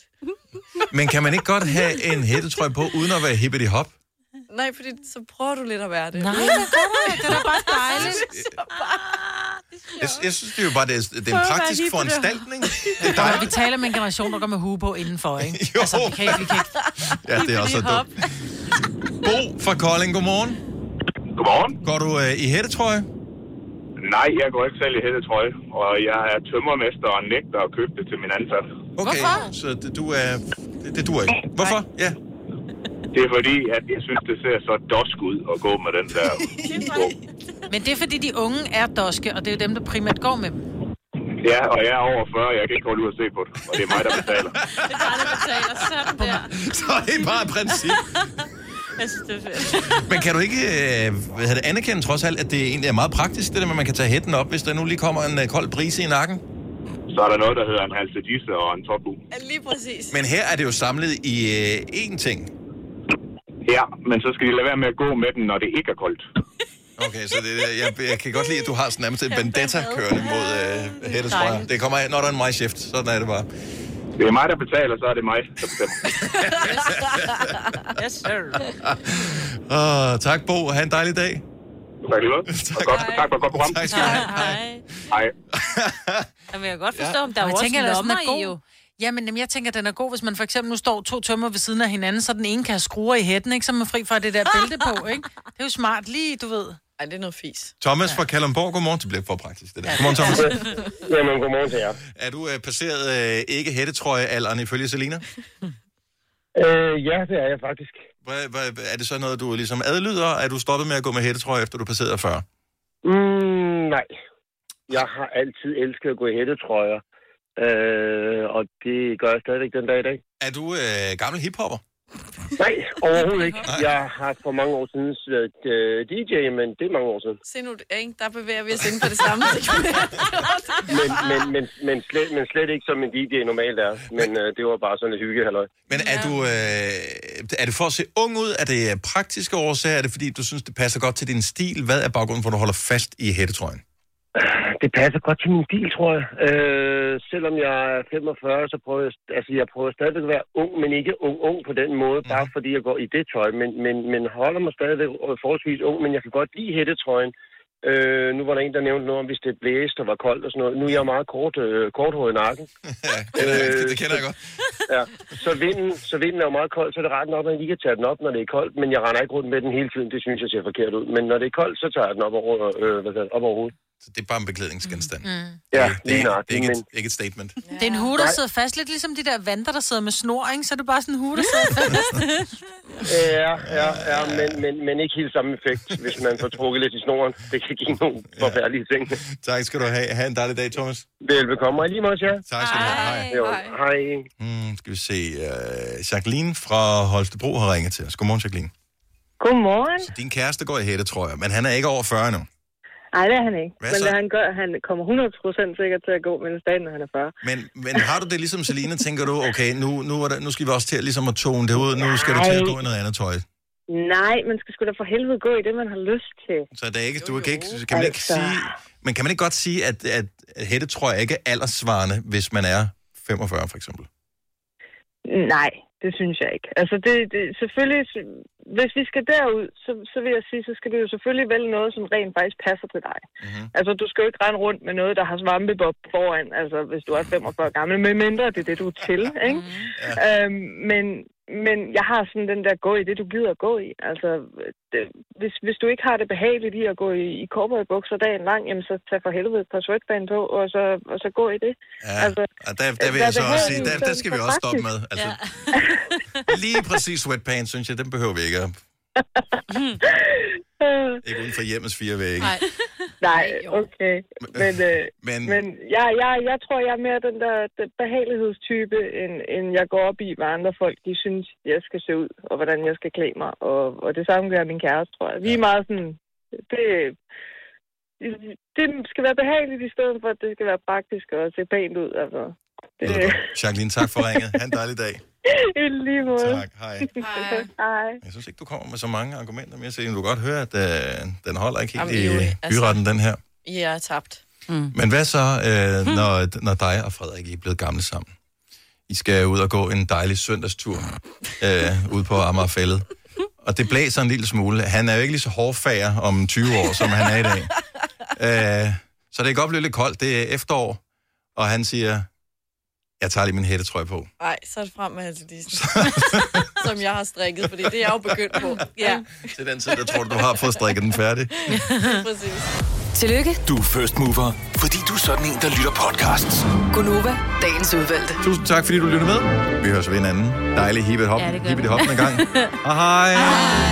A: Men kan man ikke godt have en hættetrøje på, uden at være hippity-hop?
E: Nej, fordi så prøver du lidt at være det.
C: Nej, det gør du ikke. Det er da bare dejligt.
A: Jeg, jeg synes, det er jo bare det er, det er en praktisk foranstaltning. Det er
C: Og
A: dejligt.
C: vi taler med en generation, der går med hue på indenfor, ikke? Jo. Altså, vi kan ikke, vi kan ikke.
A: Ja, det er også så dumt. Bo fra Kolding, godmorgen.
H: Godmorgen.
A: Går du øh, i hættetrøje?
H: Nej, jeg går ikke selv i hættetrøje, og jeg er tømmermester og nægter at købe det til min ansatte.
A: Okay, Hvorfor? så det, du er... Det, det duer ikke. Hvorfor? Ja.
G: Det er fordi, at jeg synes, det ser så dosk ud at gå med den der.
C: Men det er, fordi de unge er doske, og det er jo dem, der primært går med dem.
G: Ja, og jeg er over 40, jeg kan ikke holde ud og se på det. Og det er mig, der betaler.
C: betaler sådan der.
A: Så er det bare et princip.
D: Jeg synes, det er fedt.
A: Men kan du ikke øh, hvad hedder det, anerkende trods alt, at det egentlig er meget praktisk, det der med, at man kan tage hætten op, hvis der nu lige kommer en øh, kold brise i nakken?
G: Så er der noget, der hedder en halsedisse og en topu.
E: Lige præcis.
A: Men her er det jo samlet i øh, én ting.
G: Ja, men så skal de lade være med at gå med den, når det ikke er koldt.
A: Okay, så det, er- jeg, jeg kan godt lide, at du har sådan nærmest en vendetta kørende mod øh, hættes fra. Det kommer af, når der er en majshift. Sådan er det bare.
G: Det er mig, der betaler, så er det mig, der bestemmer.
D: yes, sir.
A: Åh, tak, Bo. Ha' en dejlig dag.
G: Tak lige meget.
A: tak. Godt, tak for godt program. Tak skal du have.
D: Hej.
G: Hej.
D: Jamen, jeg kan godt forstå, ja. om der er
C: Og
D: jo
C: jeg
D: også
C: tænker, at
D: lommer
C: sådan er god.
D: i jo.
C: Jamen, jamen, jeg tænker, at den er god, hvis man for eksempel nu står to tømmer ved siden af hinanden, så den ene kan have skruer i hætten, ikke? Så er man er fri fra det der bælte på, ikke? Det er jo smart lige, du ved.
E: Ej, det er noget fis.
A: Thomas fra Kalundborg, godmorgen. Det bliver for praktisk, det der. Godmorgen, Thomas.
H: Jamen, godmorgen til jer.
A: Er du øh, passeret øh, ikke hættetrøjealderen ifølge Selina?
H: Øh, ja, det er jeg faktisk.
A: Hva, hva, er det så noget, du ligesom adlyder? Er du stoppet med at gå med hættetrøje, efter du passerede 40?
H: Mm, nej. Jeg har altid elsket at gå i hættetrøjer. Øh, og det gør jeg stadigvæk den dag i dag.
A: Er du øh, gammel hiphopper?
H: Nej, overhovedet ikke. Jeg har for mange år siden været øh, DJ, men det er mange år siden.
E: Se nu, ikke? der bevæger vi os inden for det samme.
H: Men, men, men, men, slet, men slet ikke som en DJ normalt er. Men øh, det var bare sådan et hygge, halløj.
A: Men er, du, øh, er det for at se ung ud? Er det øh, praktiske årsager? Er det fordi, du synes, det passer godt til din stil? Hvad er baggrunden for, at du holder fast i hættetrøjen?
H: Det passer godt til min stil, tror jeg. Øh, selvom jeg er 45, så prøver jeg, st- altså jeg prøver stadigvæk at være ung, men ikke ung-ung på den måde, bare
A: Mhm.
H: fordi jeg går i det tøj, men, men, men holder mig stadigvæk forholdsvis ung, men jeg kan godt lide hættetrøjen. Øh, nu var der en, der nævnte noget om, hvis det blæste og var koldt og sådan noget. Nu er jeg meget kort, øh, korthåret i nakken.
A: Øh, det kender jeg godt.
H: Ja, så vinden, så vinden er jo meget kold, så er det ret nok, at man lige kan tage den op, når det er koldt, men jeg render ikke rundt med den hele tiden, det synes jeg ser forkert ud. Men når det er koldt, så tager jeg den op over, øh, hvad hedder det, op over hovedet.
A: Så det er bare en beklædningsgenstand.
C: Mm.
H: Ja,
A: Det er,
H: lige
A: ikke-
H: nok.
A: det er ikke, et, ikke et statement.
C: Det er en hue, der
H: Nej.
C: sidder fast, lidt ligesom de der vanter, der sidder med snor, ikke? Så er det bare sådan en hue, der sidder fast.
H: Ja, ja, ja, men, men, men ikke helt samme effekt, hvis man får trukket lidt i snoren. Det kan give nogle forfærdelige ting.
A: Tak skal du have. Ha' en dejlig dag, Thomas.
H: Velbekomme, og i lige meget, ja.
A: Tak skal du have. Hej.
H: Jo, hej.
A: Mm, skal vi se. Øh, Jacqueline fra Holstebro har ringet til os. Godmorgen, Jacqueline.
U: Godmorgen.
A: Din kæreste går i hættetrøjer, men han er ikke over 40 nu.
U: Nej, det er han ikke.
A: Hvad
U: men
A: så?
U: det han gør, han kommer 100% sikkert til at gå med en stand, når han er 40.
A: Men, men har du det ligesom Selina, tænker du, okay, nu, nu, er der, nu skal vi også til at, ligesom at tone det ud, nu skal du til at gå i noget andet tøj.
U: Nej, man skal sgu da for helvede gå i det, man har lyst til.
A: Så det er ikke, du kan ikke, kan man ikke
U: Altså.
A: sige, men kan man ikke godt sige, at, at hættetrøjer ikke er alderssvarende, hvis man er 45 for eksempel?
U: Nej, det synes jeg ikke. Altså, det, det, selvfølgelig, hvis vi skal derud, så, så vil jeg sige, så skal det jo selvfølgelig vælge noget, som rent faktisk passer til dig. Mm-hmm. Altså, du skal jo ikke rende rundt med noget, der har svampebob foran, altså, hvis du er 45 gammel, med mindre det er det, du er til, ikke? Mm-hmm. Øhm, men, men jeg har sådan den der gå i det, du gider at gå i. Altså, det, hvis, hvis du ikke har det behageligt i at gå i, i cowboybukser dagen lang, jamen, så tag for helvede et par sweatband på, og så, og så gå i det.
A: Ja, altså, og der, der vil jeg så også sige, der, der skal vi også stoppe med. Altså,
U: ja.
A: lige præcis sweatpants, synes jeg, den behøver vi ikke. at-
U: Øh,
A: Ikke uden for hjemmets fire vægge.
U: Nej. Nej, okay. Men, øh,
A: men,
U: men, men jeg, jeg, jeg tror, jeg er mere den der den behagelighedstype, end, end jeg går op i, hvad andre folk de synes, jeg skal se ud, og hvordan jeg skal klæde mig. Og, og det samme gør min kæreste, tror jeg. Vi er meget sådan... Det, det skal være behageligt i stedet for, at det skal være praktisk og se pænt ud. Altså. Det,
A: Jacqueline, tak for ringet. Ha' en dejlig dag.
U: I lige måde.
A: Tak, hej.
U: Hej.
A: Jeg synes ikke, du kommer med så mange argumenter, men jeg siger, du kan godt høre, at øh, den holder ikke helt
E: Jamen, jo,
A: i
E: altså.
A: byretten, den her.
E: I er tabt.
C: Mm.
A: Men hvad så,
E: Hmm.
A: øh, når, når dig og Frederik I er blevet gamle sammen? I skal ud og gå en dejlig søndagstur øh, ud på Amagerfællet. Og det blæser en lille smule. Han er jo ikke lige så hårdfager om 20 år, som han er i dag. Øh, så det kan godt blive lidt koldt. Det er efterår. Og han siger, jeg tager lige min hættetrøje på.
E: Nej, så er det frem med halsedisen. som jeg har strikket, fordi det er jeg jo begyndt på. Ja,
A: Til den tid, der tror du, du har fået strikket den færdig.
E: præcis.
G: Tillykke,
W: Du er first mover, fordi du er sådan en, der lytter podcasts.
G: Gunova, dagens udvalgte.
A: Tusind tak, fordi du lyttede med. Vi hører så ved en anden dejlig hippet hop,
G: Ja, det gør vi.
A: hippet hop en gang. Og hej. hej.